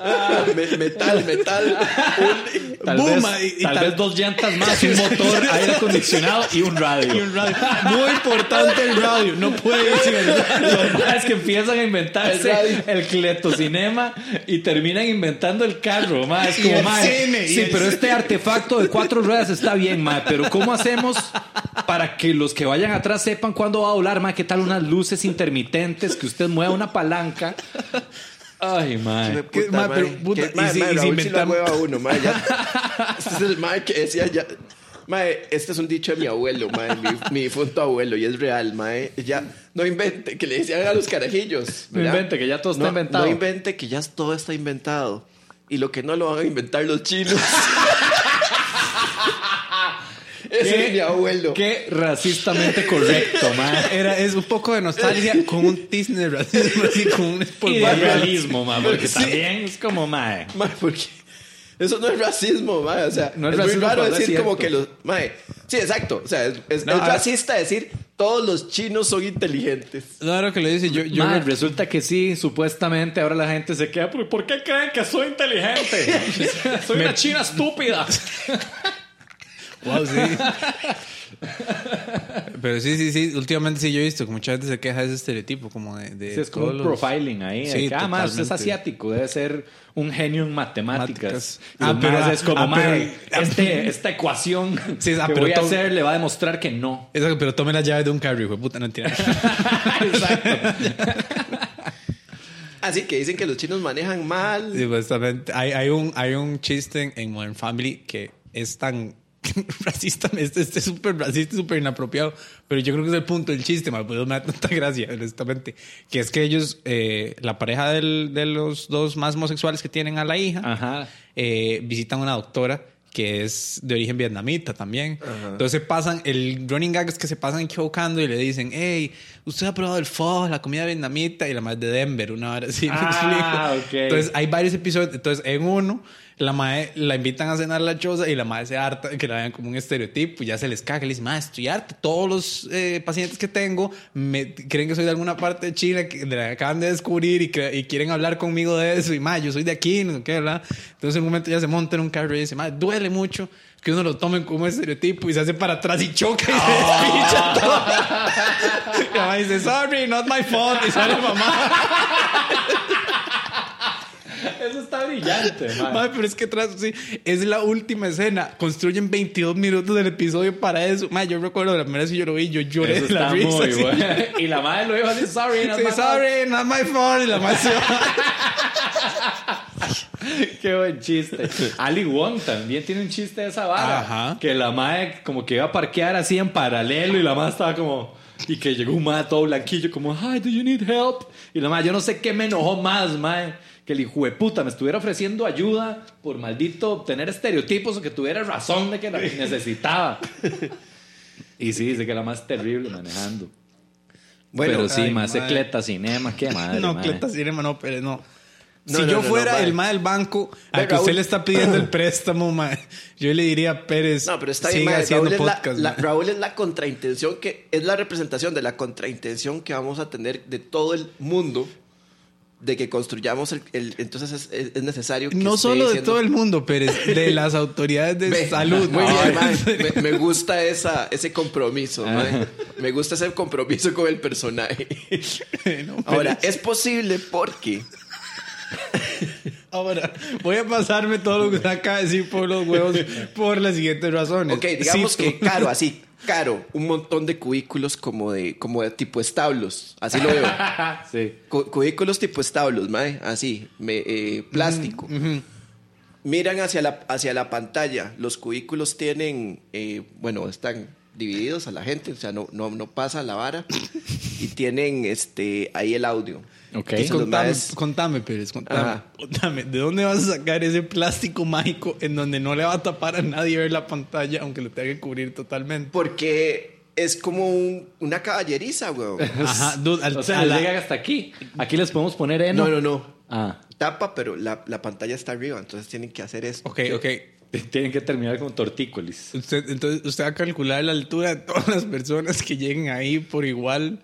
[SPEAKER 1] Ah, me- metal, metal. Un-
[SPEAKER 3] Tal,
[SPEAKER 2] Boom,
[SPEAKER 3] vez,
[SPEAKER 2] y- y
[SPEAKER 3] tal
[SPEAKER 2] tal-
[SPEAKER 3] vez dos llantas más, un motor, aire acondicionado y un radio.
[SPEAKER 2] Y un radio. Muy importante el radio. No puede ir sin el radio.
[SPEAKER 3] Los más que empiezan a
[SPEAKER 1] El radio.
[SPEAKER 3] inventarse el cletocinema y terminan inventando el carro, ma. Es
[SPEAKER 2] Y
[SPEAKER 3] como,
[SPEAKER 2] el
[SPEAKER 3] ma,
[SPEAKER 2] cine, y
[SPEAKER 3] sí,
[SPEAKER 2] el
[SPEAKER 3] pero
[SPEAKER 2] cine.
[SPEAKER 3] este artefacto de cuatro ruedas está bien, ma, pero ¿cómo hacemos para que los que vayan atrás sepan cuándo va a volar, ma? ¿Qué tal unas luces intermitentes que usted mueva una palanca? Ay, ma.
[SPEAKER 1] Qué
[SPEAKER 2] Qué- mae,
[SPEAKER 1] mae,
[SPEAKER 2] pero, puta,
[SPEAKER 1] qué-
[SPEAKER 2] y
[SPEAKER 1] mae,
[SPEAKER 2] si-
[SPEAKER 1] mae,
[SPEAKER 2] y si
[SPEAKER 1] Raúl sí la
[SPEAKER 2] inventam-
[SPEAKER 1] hueva uno, mae, ya. Este es el mae que decía ya. Mae, este es un dicho de mi abuelo, mae, mi, mi difunto abuelo, y es real, mae. Ya, no invente, que le decían a los carajillos.
[SPEAKER 3] No
[SPEAKER 1] ¿verdad?
[SPEAKER 3] invente, que ya todo está
[SPEAKER 1] No-
[SPEAKER 3] inventado.
[SPEAKER 1] No invente, que ya todo está inventado. Y lo que no lo van a inventar los chinos. Ese
[SPEAKER 3] Qué-
[SPEAKER 1] es mi abuelo.
[SPEAKER 3] Qué racistamente correcto, ma.
[SPEAKER 2] Era, es un poco de nostalgia con un tizne de racismo, así con un
[SPEAKER 3] Y de
[SPEAKER 2] espolvoreado.
[SPEAKER 3] realismo, ma, porque
[SPEAKER 1] Sí.
[SPEAKER 3] también es como, ma.
[SPEAKER 1] Mae, porque eso no es racismo, mae. O sea,
[SPEAKER 3] No es
[SPEAKER 1] es, muy
[SPEAKER 3] racismo
[SPEAKER 1] raro
[SPEAKER 3] cuando es
[SPEAKER 1] decir como
[SPEAKER 3] cierto.
[SPEAKER 1] que los. Mae. Sí, exacto. O sea, es, es-
[SPEAKER 2] No,
[SPEAKER 1] es
[SPEAKER 2] a-
[SPEAKER 1] racista decir todos los chinos son inteligentes.
[SPEAKER 2] Claro que lo dice. Yo, yo
[SPEAKER 3] Mae, resulta que sí, supuestamente ahora la gente se queda. "Pero ¿Por qué creen que soy inteligente? soy una china estúpida.
[SPEAKER 2] Wow, sí. Pero sí, sí, sí. Últimamente sí yo he visto que mucha gente se queja de ese estereotipo como de... de
[SPEAKER 3] Sí, es como un
[SPEAKER 2] todos los-
[SPEAKER 3] profiling ahí.
[SPEAKER 2] Sí,
[SPEAKER 3] de que, ah, mae, usted es
[SPEAKER 2] totalmente.
[SPEAKER 3] asiático, debe ser un genio en matemáticas.
[SPEAKER 2] Matemáticas.
[SPEAKER 3] Y
[SPEAKER 2] Ah,
[SPEAKER 3] los
[SPEAKER 2] pero-
[SPEAKER 3] maes es como,
[SPEAKER 2] ah,
[SPEAKER 3] "Mae,
[SPEAKER 2] pero-
[SPEAKER 3] este- esta ecuación
[SPEAKER 2] Sí, ah,
[SPEAKER 3] que
[SPEAKER 2] pero
[SPEAKER 3] voy a
[SPEAKER 2] todo-
[SPEAKER 3] hacer le va a demostrar que no.
[SPEAKER 2] Exacto, pero tome la llave de un carry, hijo de puta, no tiene.
[SPEAKER 3] Exacto.
[SPEAKER 1] Así que dicen que los chinos manejan mal.
[SPEAKER 2] Sí, básicamente. Hay, hay, un, hay un chiste en, en Modern Family que es tan racista, este este es súper racista, y súper inapropiado, pero yo creo que es el punto del chiste, man, por eso me da tanta gracia, honestamente, que es que ellos, eh, la pareja del- de los dos más homosexuales que tienen a la hija,
[SPEAKER 3] Ajá.
[SPEAKER 2] eh, visitan una doctora que es de origen vietnamita también. Entonces pasan, el running gag es que se pasan equivocando y le dicen, hey, usted ha probado el pho, la comida vietnamita y la más de Denver, una hora así. ¿me
[SPEAKER 3] Ah,
[SPEAKER 2] explico?
[SPEAKER 3] ok.
[SPEAKER 2] Entonces hay varios episodios. Entonces en uno, la madre la invitan a cenar a la choza y la madre se harta de que la vean como un estereotipo y ya se les caga. Le dice, madre, estoy harta. Todos los eh, pacientes que tengo me creen que soy de alguna parte de China que de la que acaban de descubrir y, cre- y quieren hablar conmigo de eso. Y madre, yo soy de aquí, no sé qué, ¿verdad? Entonces en un momento ya se monta en un carro y dice, madre, duele mucho que uno lo tomen como estereotipo y se hace para atrás y choca y se despicha todo. Y la madre dice, sorry, not my fault. Y sale mamá.
[SPEAKER 3] Eso está brillante, mae.
[SPEAKER 2] Madre, pero es que tras, sí, es la última escena. Construyen 22 minutos del episodio para eso. Madre, yo recuerdo la primera vez que yo lo vi, yo lloré
[SPEAKER 3] Eso
[SPEAKER 2] de la
[SPEAKER 3] está
[SPEAKER 2] risa.
[SPEAKER 3] muy
[SPEAKER 2] sí.
[SPEAKER 3] bueno. Y la madre lo iba a decir, sorry, not
[SPEAKER 2] Sí,
[SPEAKER 3] my fault".
[SPEAKER 2] sorry, not my fault. Y la madre se va.
[SPEAKER 3] Qué buen chiste. Ali Wong también tiene un chiste de esa vara.
[SPEAKER 2] Ajá.
[SPEAKER 3] Que la madre como que iba a parquear así en paralelo y la madre estaba como... Y que llegó un madre todo blanquillo como, hi, do you need help? Y la madre, yo no sé qué me enojó más, madre. Que el hijo de puta me estuviera ofreciendo ayuda por maldito obtener estereotipos o que tuviera razón de que la necesitaba. Y sí, dice que la más terrible manejando.
[SPEAKER 1] Bueno,
[SPEAKER 3] Pero sí,
[SPEAKER 2] ay,
[SPEAKER 3] más
[SPEAKER 2] madre.
[SPEAKER 3] secleta, cinema, qué madre.
[SPEAKER 2] No,
[SPEAKER 3] madre.
[SPEAKER 2] Cleta Cinema, no, pero no.
[SPEAKER 1] No,
[SPEAKER 2] si
[SPEAKER 1] no,
[SPEAKER 2] yo
[SPEAKER 1] no, no,
[SPEAKER 2] fuera
[SPEAKER 1] mae.
[SPEAKER 2] el más del banco al
[SPEAKER 1] Ve,
[SPEAKER 2] que usted
[SPEAKER 1] Raúl.
[SPEAKER 2] le está pidiendo el préstamo, mae, yo le diría, Pérez,
[SPEAKER 1] No, pero está bien,
[SPEAKER 2] siga
[SPEAKER 1] mae,
[SPEAKER 2] haciendo
[SPEAKER 1] Raúl, es la-
[SPEAKER 2] podcast.
[SPEAKER 1] la,
[SPEAKER 2] mae".
[SPEAKER 1] Raúl es la contraintención que es la representación de la contraintención que vamos a tener de todo el mundo de que construyamos el, el- entonces es, es- es necesario que
[SPEAKER 2] no
[SPEAKER 1] esté
[SPEAKER 2] solo de
[SPEAKER 1] siendo-
[SPEAKER 2] todo el mundo, Pérez, de las autoridades de
[SPEAKER 1] Ve,
[SPEAKER 2] salud.
[SPEAKER 1] Muy
[SPEAKER 2] mae.
[SPEAKER 1] bien, mae. me, me gusta esa, ese compromiso, mae. Me gusta ese compromiso con el personaje.
[SPEAKER 2] No,
[SPEAKER 1] Ahora,
[SPEAKER 2] Pérez.
[SPEAKER 1] es posible porque
[SPEAKER 2] Ahora, voy a pasarme todo lo que usted acaba de decir por los huevos por las siguientes razones.
[SPEAKER 1] Ok, digamos
[SPEAKER 2] Cito.
[SPEAKER 1] que caro, así, caro, un montón de cubículos como de, como de tipo establos, así lo veo.
[SPEAKER 3] sí.
[SPEAKER 1] Cu- cubículos tipo establos, mae, así, me- eh, plástico.
[SPEAKER 2] Mm,
[SPEAKER 1] Miran hacia la, hacia la pantalla, los cubículos tienen, eh, bueno, están divididos a la gente, o sea, no, no, no pasa la vara, y tienen este, ahí el audio.
[SPEAKER 3] Ok.
[SPEAKER 1] Entonces, los
[SPEAKER 2] Contame,
[SPEAKER 1] maes-
[SPEAKER 2] contame, Pérez, contame,
[SPEAKER 1] Ajá.
[SPEAKER 2] contame. ¿De dónde vas a sacar ese plástico mágico en donde no le va a tapar a nadie ver la pantalla, aunque lo tenga que cubrir totalmente?
[SPEAKER 1] porque es como un- una caballeriza, weón.
[SPEAKER 2] Ajá, dude, al-
[SPEAKER 3] O sea,
[SPEAKER 2] a la-
[SPEAKER 3] llega hasta aquí. Aquí les podemos poner en.
[SPEAKER 1] No, no, no.
[SPEAKER 3] Ah.
[SPEAKER 1] Tapa, pero la, la pantalla está arriba, entonces tienen que hacer esto.
[SPEAKER 2] Ok, ok.
[SPEAKER 3] Tienen que terminar con tortícolis.
[SPEAKER 2] Usted, entonces, usted va a calcular la altura de todas las personas que lleguen ahí por igual.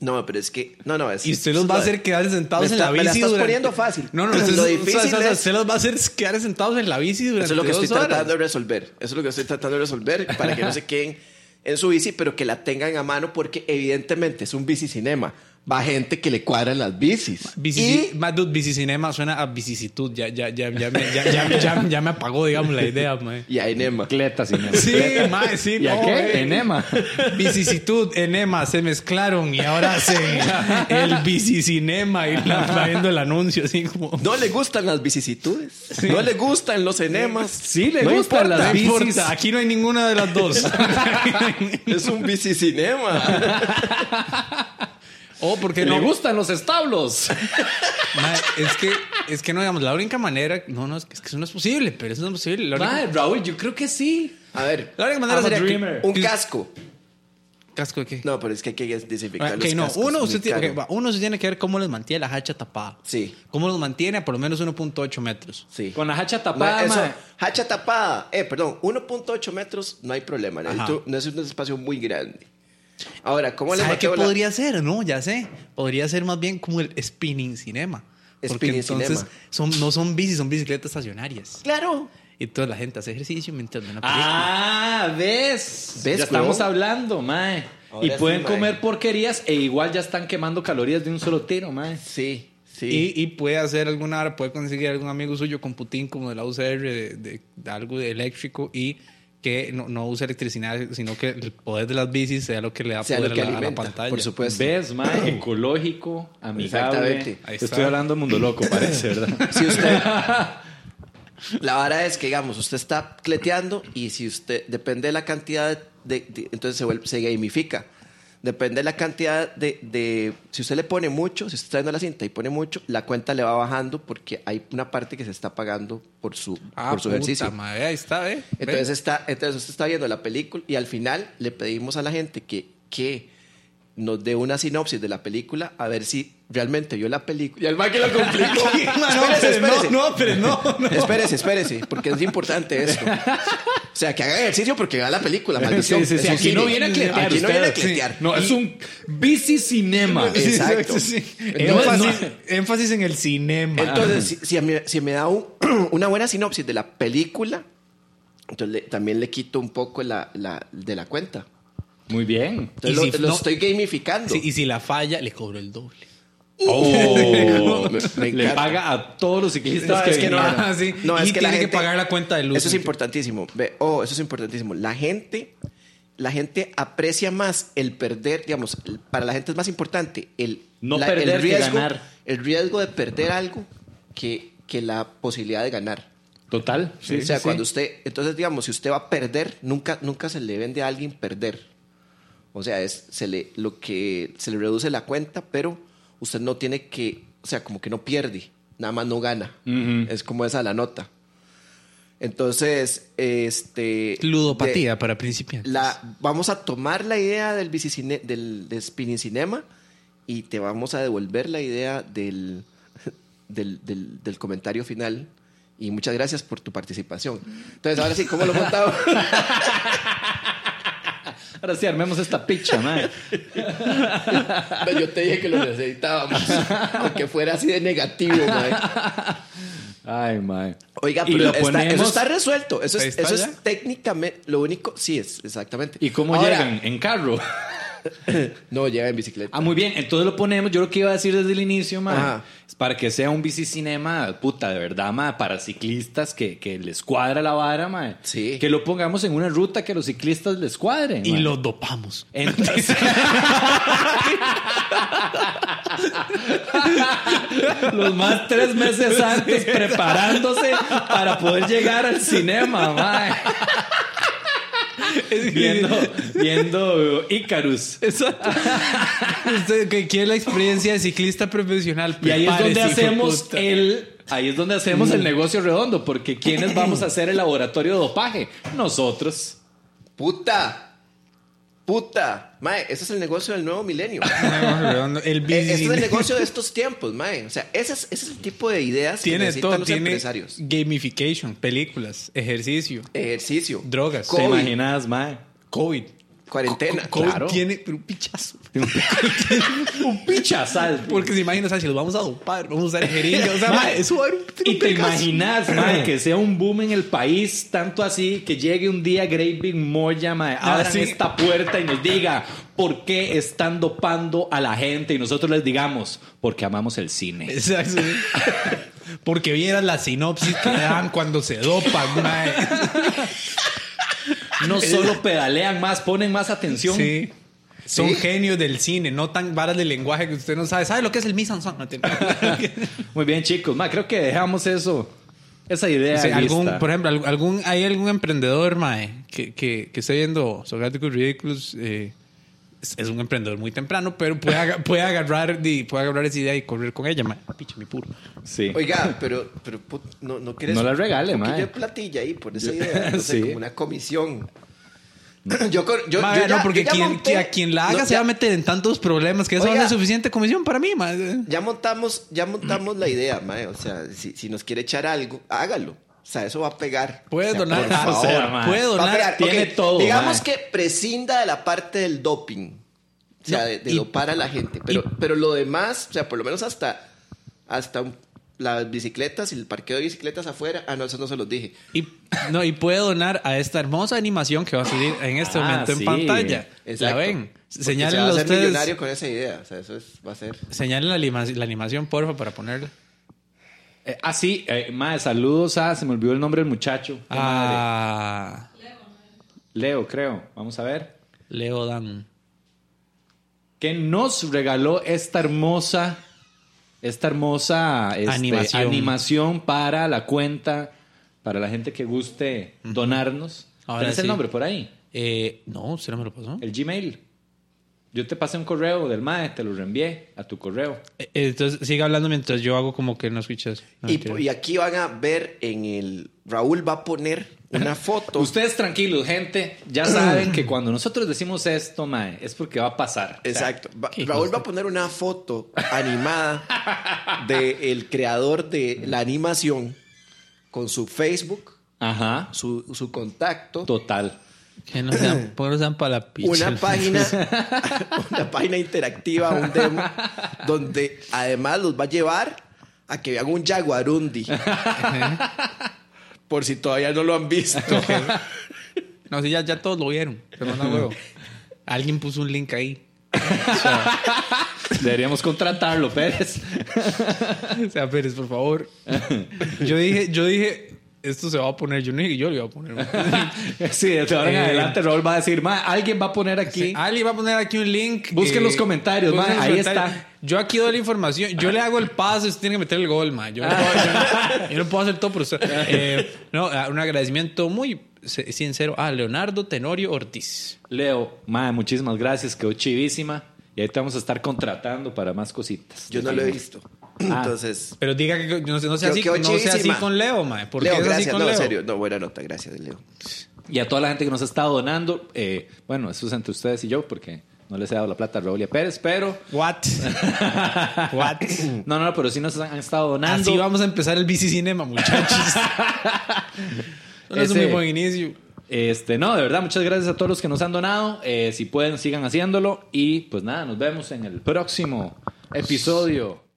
[SPEAKER 1] No, pero es que. No, no, es.
[SPEAKER 2] Y usted los va a hacer quedar sentados
[SPEAKER 1] Me
[SPEAKER 2] en la
[SPEAKER 1] está- me la
[SPEAKER 2] bici.
[SPEAKER 1] estás
[SPEAKER 2] durante-
[SPEAKER 1] poniendo fácil.
[SPEAKER 2] No, no,
[SPEAKER 1] Lo
[SPEAKER 2] usted,
[SPEAKER 1] difícil
[SPEAKER 2] o sea, o sea,
[SPEAKER 1] es-
[SPEAKER 2] usted los va a hacer quedar sentados en la bici durante
[SPEAKER 1] Eso es lo que
[SPEAKER 2] dos
[SPEAKER 1] estoy
[SPEAKER 2] horas.
[SPEAKER 1] tratando de resolver. Eso es lo que estoy tratando de resolver para que no se queden en su bici, pero que la tengan a mano, porque evidentemente es un bicicinema. Va gente que le cuadran las bicis.
[SPEAKER 2] Bicici-
[SPEAKER 1] Y-
[SPEAKER 2] más dude, bicicinema suena a vicisitud. Ya, ya, ya, ya, me, ya, ya, ya- ya me apagó, digamos, la idea, mae.
[SPEAKER 1] Y, a enema.
[SPEAKER 3] Cletas, enema.
[SPEAKER 2] Sí, mae, sí.
[SPEAKER 3] ¿Y a
[SPEAKER 2] no,
[SPEAKER 3] qué?
[SPEAKER 2] eh.
[SPEAKER 3] Enema.
[SPEAKER 2] Vicisitud, enema, se mezclaron y ahora hacen el bicicinema y la, va viendo el anuncio así como...
[SPEAKER 1] No le gustan las vicisitudes. No le gustan los enemas.
[SPEAKER 2] Sí, le
[SPEAKER 3] No
[SPEAKER 2] gustan
[SPEAKER 3] importa,
[SPEAKER 2] las
[SPEAKER 3] no
[SPEAKER 2] bicis.
[SPEAKER 3] importa,
[SPEAKER 2] Aquí no hay ninguna de las dos.
[SPEAKER 1] Es un bicicinema.
[SPEAKER 2] o Oh, porque
[SPEAKER 3] Que
[SPEAKER 2] no...
[SPEAKER 3] le gustan los establos.
[SPEAKER 2] Ma, es que, es que no, digamos, la única manera... No, no, es que, es que eso no es posible, pero eso no es posible. La única,
[SPEAKER 3] Mae, Raúl, yo creo que sí.
[SPEAKER 1] A ver.
[SPEAKER 2] la única manera
[SPEAKER 3] I'm a
[SPEAKER 2] sería... que-
[SPEAKER 3] dreamer.
[SPEAKER 1] Un casco.
[SPEAKER 2] ¿Casco de qué?
[SPEAKER 1] No, pero es que hay que desinfectar
[SPEAKER 2] Ah, Ok,
[SPEAKER 1] los
[SPEAKER 2] no.
[SPEAKER 1] cascos,
[SPEAKER 2] Uno,
[SPEAKER 1] muy
[SPEAKER 2] usted tiene,
[SPEAKER 1] caro.
[SPEAKER 2] ok, va, uno se tiene que ver cómo les mantiene la hacha tapada.
[SPEAKER 1] Sí.
[SPEAKER 2] Cómo los mantiene a por lo menos 1.8 metros.
[SPEAKER 1] Sí.
[SPEAKER 3] Con la hacha
[SPEAKER 1] Ma,
[SPEAKER 3] tapada,
[SPEAKER 1] eso,
[SPEAKER 3] mae.
[SPEAKER 1] hacha tapada. Eh, perdón, 1.8 metros, no hay problema. ¿no?
[SPEAKER 2] Ajá.
[SPEAKER 1] Tú- No es un espacio muy grande. Ahora, ¿cómo le
[SPEAKER 2] ¿Sabe qué
[SPEAKER 1] mateo la-
[SPEAKER 2] podría ser? No, ya sé. Podría ser más bien como el spinning cinema. Porque
[SPEAKER 1] Spinning
[SPEAKER 2] entonces
[SPEAKER 1] cinema.
[SPEAKER 2] Son, no son bicis, son bicicletas estacionarias.
[SPEAKER 1] Claro.
[SPEAKER 2] Y toda la gente hace ejercicio mientras ve una película.
[SPEAKER 3] Ah, ¿ves?
[SPEAKER 1] ¿Ves,
[SPEAKER 3] ya estamos
[SPEAKER 1] huevón?
[SPEAKER 3] hablando, mae.
[SPEAKER 1] Ahora
[SPEAKER 3] Y
[SPEAKER 1] sí,
[SPEAKER 3] pueden
[SPEAKER 1] mae.
[SPEAKER 3] comer porquerías e igual ya están quemando calorías de un solo tiro, mae.
[SPEAKER 1] Sí, sí.
[SPEAKER 2] Y, y puede hacer alguna hora, puede conseguir algún amigo suyo con Putin como de la UCR, de, de- de algo de eléctrico y que no, no use electricidad, sino que el poder de las bicis sea lo que le da
[SPEAKER 1] O sea,
[SPEAKER 2] poder
[SPEAKER 1] lo que
[SPEAKER 2] a, la, a la
[SPEAKER 1] alimenta,
[SPEAKER 2] pantalla.
[SPEAKER 1] por supuesto.
[SPEAKER 3] ¿Ves, mae? Ecológico, amigable.
[SPEAKER 1] Exactamente.
[SPEAKER 2] Ahí
[SPEAKER 3] Estoy
[SPEAKER 2] está.
[SPEAKER 3] hablando de mundo loco, parece, ¿verdad?
[SPEAKER 1] Si usted... la vara es que, digamos, usted está cleteando y si usted... Depende de la cantidad de... de- entonces se, vuelve, se gamifica. Depende de la cantidad de, de- Si usted le pone mucho, si usted está dando la cinta y pone mucho, la cuenta le va bajando porque hay una parte que se está pagando por su,
[SPEAKER 2] Ah,
[SPEAKER 1] por su
[SPEAKER 2] puta
[SPEAKER 1] ejercicio.
[SPEAKER 2] madre, ahí está, ¿eh? Ve.
[SPEAKER 1] Entonces está, entonces usted está viendo la película y al final le pedimos a la gente que, que nos dé una sinopsis de la película a ver si realmente vio la película. Y al más que lo complicó.
[SPEAKER 2] no,
[SPEAKER 1] espérese,
[SPEAKER 2] pero
[SPEAKER 1] espérese.
[SPEAKER 2] no, no, pero no, no.
[SPEAKER 1] Espérese, espérese, porque es importante esto. O sea, que haga ejercicio porque vea la película, maldición.
[SPEAKER 3] Sí, sí, sí.
[SPEAKER 1] Es un
[SPEAKER 3] Aquí no
[SPEAKER 1] cine.
[SPEAKER 3] viene a cletear.
[SPEAKER 1] Aquí no
[SPEAKER 3] usted.
[SPEAKER 1] viene a cletear.
[SPEAKER 3] Sí. No, es un bicicinema.
[SPEAKER 1] Sí, Exacto.
[SPEAKER 2] Énfasis,
[SPEAKER 3] Entonces,
[SPEAKER 2] énfasis en el cinema. Ah,
[SPEAKER 1] Entonces, si, si me, si me da un- una buena sinopsis de la película, entonces le- también le quito un poco la, la- de la cuenta.
[SPEAKER 3] Muy bien.
[SPEAKER 1] Entonces
[SPEAKER 2] Y
[SPEAKER 1] lo,
[SPEAKER 2] si
[SPEAKER 1] lo
[SPEAKER 2] no-
[SPEAKER 1] estoy gamificando.
[SPEAKER 2] Sí, y si la falla, le cobro el doble.
[SPEAKER 3] Oh,
[SPEAKER 1] Me- me
[SPEAKER 3] le
[SPEAKER 1] encanta.
[SPEAKER 3] paga a todos los ciclistas
[SPEAKER 1] No,
[SPEAKER 3] que,
[SPEAKER 1] es que no.
[SPEAKER 3] vinieron.
[SPEAKER 2] Ah, sí.
[SPEAKER 1] No,
[SPEAKER 2] y
[SPEAKER 1] es que la
[SPEAKER 2] tiene que
[SPEAKER 1] gente-
[SPEAKER 2] pagar la cuenta de luz.
[SPEAKER 1] Eso es importantísimo. Ve, oh, eso es importantísimo. La gente, la gente aprecia más el perder, digamos, el- para la gente es más importante el,
[SPEAKER 3] No
[SPEAKER 1] la-
[SPEAKER 3] perder
[SPEAKER 1] el
[SPEAKER 3] que
[SPEAKER 1] riesgo,
[SPEAKER 3] ganar.
[SPEAKER 1] el riesgo de perder algo que, que la posibilidad de ganar.
[SPEAKER 3] Total.
[SPEAKER 1] o sea, cuando usted, entonces digamos, si usted va a perder, nunca, nunca se le vende a alguien perder. O sea, es se le lo que se le reduce la cuenta, pero usted no tiene que, o sea, como que no pierde, nada más no gana.
[SPEAKER 3] Mm.
[SPEAKER 1] Es como esa la nota. Entonces, este
[SPEAKER 2] Ludopatía
[SPEAKER 1] de-
[SPEAKER 2] para principiantes.
[SPEAKER 1] la vamos a tomar la idea del bicicine, del de Spinning Cinema y te vamos a devolver la idea del del, del- del comentario final. Y muchas gracias por tu participación. Entonces, ahora sí, ¿cómo lo montamos?
[SPEAKER 3] Ahora sí, armemos esta picha, madre.
[SPEAKER 1] No, Yo te dije que lo necesitábamos. Aunque fuera así de negativo, mae.
[SPEAKER 3] Ay, madre.
[SPEAKER 1] Oiga,
[SPEAKER 3] Y
[SPEAKER 1] pero
[SPEAKER 3] lo
[SPEAKER 1] está- eso
[SPEAKER 3] ponemos-
[SPEAKER 1] está resuelto. Eso,
[SPEAKER 2] Ahí
[SPEAKER 1] es,
[SPEAKER 2] está
[SPEAKER 1] eso
[SPEAKER 2] ya.
[SPEAKER 1] es técnicamente lo único. Sí, es exactamente.
[SPEAKER 3] ¿Y cómo
[SPEAKER 1] Ahora,
[SPEAKER 3] llegan? En carro.
[SPEAKER 1] No, llega en bicicleta.
[SPEAKER 3] Ah, muy bien. Entonces lo ponemos. Yo lo que iba a decir desde el inicio,
[SPEAKER 1] Ajá.
[SPEAKER 3] ma, es para que sea un bicicinema, puta, de verdad, ma, para ciclistas que, que les cuadra la vara, ma.
[SPEAKER 1] Sí.
[SPEAKER 3] Que lo pongamos en una ruta que a los ciclistas les cuadre.
[SPEAKER 2] Y
[SPEAKER 3] ma.
[SPEAKER 2] los dopamos.
[SPEAKER 3] Entonces- los más tres meses antes preparándose para poder llegar al cinema, ma. Viendo, viendo Icarus.
[SPEAKER 2] Exacto. Usted que quiere la experiencia de ciclista profesional.
[SPEAKER 3] Y ahí es donde
[SPEAKER 2] prepárese, hijo de
[SPEAKER 3] hacemos
[SPEAKER 2] puta. Mm.
[SPEAKER 3] el. Ahí es donde hacemos el negocio redondo, porque ¿quiénes vamos a hacer el laboratorio de dopaje? Nosotros.
[SPEAKER 1] Puta. Puta. Mae, ese es el negocio del nuevo milenio. Eh,
[SPEAKER 2] El
[SPEAKER 1] Ese es el
[SPEAKER 2] business.
[SPEAKER 1] negocio de estos tiempos, mae. O sea, ese es, ese es el tipo de ideas que
[SPEAKER 2] Tiene
[SPEAKER 1] necesitan
[SPEAKER 2] todo.
[SPEAKER 1] los
[SPEAKER 2] Tiene
[SPEAKER 1] empresarios.
[SPEAKER 2] gamification, películas, ejercicio,
[SPEAKER 1] Ejercicio.
[SPEAKER 2] Drogas.
[SPEAKER 1] COVID,
[SPEAKER 3] ¿Te imaginas, mae?
[SPEAKER 2] COVID.
[SPEAKER 1] Cuarentena.
[SPEAKER 2] COVID
[SPEAKER 1] Claro.
[SPEAKER 2] tiene pero un pichazo.
[SPEAKER 3] Un pichazal.
[SPEAKER 2] Porque se imagina, ¿sabes? si los vamos a dopar, vamos a usar jeringa. O sea,
[SPEAKER 3] Mae,
[SPEAKER 2] mae, eso va a haber un,
[SPEAKER 3] Y
[SPEAKER 2] un
[SPEAKER 3] te
[SPEAKER 2] pichazo.
[SPEAKER 3] imaginas, mae, que sea un boom en el país, tanto así que llegue un día Great Big Moya, mae,
[SPEAKER 2] Ah,
[SPEAKER 3] abran
[SPEAKER 2] sí.
[SPEAKER 3] esta puerta y nos diga por qué están dopando a la gente y nosotros les digamos porque amamos el cine.
[SPEAKER 2] Exacto. Porque vieras la sinopsis que dan cuando se dopan, mae.
[SPEAKER 3] No solo pedalean más, ponen más atención.
[SPEAKER 2] Sí. Son
[SPEAKER 1] Sí.
[SPEAKER 2] genios del cine, no tan varas de lenguaje que usted no sabe. ¿Sabe lo que es el mise en scène? No tiene-
[SPEAKER 3] Muy bien, chicos. Ma, creo que dejamos eso. Esa idea.
[SPEAKER 2] Sí,
[SPEAKER 3] lista.
[SPEAKER 2] algún, por ejemplo, alg- algún, hay algún emprendedor, mae, que, que, que esté viendo Socráticos Ridículos. eh, es, es un emprendedor muy temprano, pero puede, aga- puede, agarrar, di- puede agarrar esa idea y correr con ella, mae. Picha, mi puro.
[SPEAKER 3] Sí.
[SPEAKER 1] Oiga, pero, pero put- no, no quieres.
[SPEAKER 3] No la regale,
[SPEAKER 1] un poquillo
[SPEAKER 3] mae.
[SPEAKER 1] de platilla ahí por esa idea. No sé,
[SPEAKER 3] Sí.
[SPEAKER 1] como una comisión. Yo, cor- yo,
[SPEAKER 2] Mae,
[SPEAKER 1] yo ya-
[SPEAKER 2] no, porque
[SPEAKER 1] yo ya
[SPEAKER 2] quien,
[SPEAKER 1] monté-
[SPEAKER 2] que a quien la haga
[SPEAKER 1] No,
[SPEAKER 2] se
[SPEAKER 1] ya-
[SPEAKER 2] va a meter en tantos problemas que eso
[SPEAKER 1] Oiga.
[SPEAKER 2] no es suficiente comisión para mí, mae.
[SPEAKER 1] Ya montamos, ya montamos la idea, mae. O sea, si, si nos quiere echar algo, hágalo. O sea, eso va a pegar.
[SPEAKER 2] Puede
[SPEAKER 1] O sea,
[SPEAKER 2] donar,
[SPEAKER 1] por
[SPEAKER 2] ah,
[SPEAKER 1] favor.
[SPEAKER 2] o sea,
[SPEAKER 3] mae.
[SPEAKER 2] puede
[SPEAKER 1] Va a
[SPEAKER 2] donar.
[SPEAKER 1] pegar.
[SPEAKER 3] tiene
[SPEAKER 1] Ok,
[SPEAKER 3] todo,
[SPEAKER 1] Digamos
[SPEAKER 3] mae.
[SPEAKER 1] que prescinda de la parte del doping. O sea,
[SPEAKER 2] No,
[SPEAKER 1] de, de
[SPEAKER 2] y-
[SPEAKER 1] dopar a la gente. Pero, pero lo demás, o sea, por lo menos hasta, hasta un- las bicicletas y el parqueo de bicicletas afuera. Ah, no, eso no se los dije.
[SPEAKER 2] Y, no, y puede donar a esta hermosa animación que va a salir en este
[SPEAKER 3] Ah,
[SPEAKER 2] momento
[SPEAKER 3] sí.
[SPEAKER 2] en pantalla. ¿La
[SPEAKER 1] Exacto.
[SPEAKER 2] ven?
[SPEAKER 1] Porque
[SPEAKER 2] Señalen
[SPEAKER 1] se va a hacer
[SPEAKER 2] ustedes.
[SPEAKER 1] millonario con esa idea. O sea, eso es- va a ser.
[SPEAKER 2] Señalen la, anima- la animación, porfa, para ponerla.
[SPEAKER 3] Eh, ah, sí. eh, ma, saludos a. Se me olvidó el nombre del muchacho. Qué
[SPEAKER 2] Ah.
[SPEAKER 3] madre.
[SPEAKER 2] A
[SPEAKER 3] Leo, creo. Vamos a ver.
[SPEAKER 2] Leo Dan.
[SPEAKER 3] Que nos regaló esta hermosa. Esta hermosa este,
[SPEAKER 2] Animación.
[SPEAKER 3] animación para la cuenta. Para la gente que guste donarnos.
[SPEAKER 2] Ahora
[SPEAKER 3] ¿Tienes el
[SPEAKER 2] sí.
[SPEAKER 3] nombre por ahí?
[SPEAKER 2] Eh, no, usted no me lo pasó.
[SPEAKER 3] El Gmail. Yo te pasé un correo del MAE, te lo reenvié a tu correo.
[SPEAKER 2] Eh, Entonces, siga hablando mientras yo hago como que no escuchas. No,
[SPEAKER 1] y,
[SPEAKER 2] mentira.
[SPEAKER 1] y aquí van a ver en el. Raúl va a poner una foto.
[SPEAKER 3] Ustedes tranquilos, gente. Ya saben que cuando nosotros decimos esto, mae, es porque va a pasar. O sea,
[SPEAKER 1] Exacto. Va-
[SPEAKER 2] qué
[SPEAKER 1] Raúl
[SPEAKER 2] cosa.
[SPEAKER 1] va a poner una foto animada del creador de la animación con su Facebook,
[SPEAKER 3] Ajá.
[SPEAKER 1] su, su contacto,
[SPEAKER 3] Total.
[SPEAKER 2] que no sean, que no sean para la picha.
[SPEAKER 1] una página, una página interactiva, un demo, donde además los va a llevar a que vean un jaguarundi. Por si todavía no lo han visto.
[SPEAKER 2] No, sí, ya, ya todos lo vieron. Pero no, huevo. Alguien puso un link ahí. O sea,
[SPEAKER 3] Deberíamos contratarlo, Pérez.
[SPEAKER 2] O sea, Pérez, por favor. Yo dije, yo dije, esto se va a poner. Yo no dije que yo lo iba a poner.
[SPEAKER 3] Sí, desde ahora en
[SPEAKER 2] Eh.
[SPEAKER 3] adelante Raúl va a decir, mae, alguien va a poner aquí.
[SPEAKER 2] Sí, Ali va a poner aquí un link. eh,
[SPEAKER 3] Busquen los comentarios,
[SPEAKER 2] busquen
[SPEAKER 3] ma,
[SPEAKER 2] los
[SPEAKER 3] ahí
[SPEAKER 2] comentarios.
[SPEAKER 3] está.
[SPEAKER 2] Yo aquí doy la información. Yo le hago el pase. Usted tiene que meter el gol, ma. Yo, no puedo, yo no- yo no puedo hacer todo por usted. Eh, no, ah, un agradecimiento muy se- sincero a Leonardo Tenorio Ortiz.
[SPEAKER 3] Leo, mae, muchísimas gracias. Quedó chivísima. Y ahí te vamos a estar contratando para más cositas.
[SPEAKER 1] Yo no lo he visto.
[SPEAKER 2] Ah.
[SPEAKER 1] Entonces.
[SPEAKER 2] Pero diga que no, no
[SPEAKER 1] creo
[SPEAKER 2] sea así,
[SPEAKER 1] que
[SPEAKER 2] no sea así
[SPEAKER 1] chivísima.
[SPEAKER 2] con Leo, ma. ¿Por
[SPEAKER 1] Leo,
[SPEAKER 2] qué es
[SPEAKER 1] gracias.
[SPEAKER 2] así con
[SPEAKER 1] no,
[SPEAKER 2] Leo?
[SPEAKER 1] en serio. No, buena nota. Gracias, Leo.
[SPEAKER 3] Y a toda la gente que nos ha estado donando, eh, bueno, eso es entre ustedes y yo, porque No les he dado la plata a Robelia Pérez, pero.
[SPEAKER 2] What? What?
[SPEAKER 3] No, no, pero sí nos han, han estado donando.
[SPEAKER 2] Así vamos a empezar el bici cinema, muchachos. no es un muy
[SPEAKER 3] Ese-
[SPEAKER 2] buen inicio.
[SPEAKER 3] Este, no, de verdad, muchas gracias a todos los que nos han donado. Eh, si pueden, sigan haciéndolo. Y pues nada, nos vemos en el próximo episodio.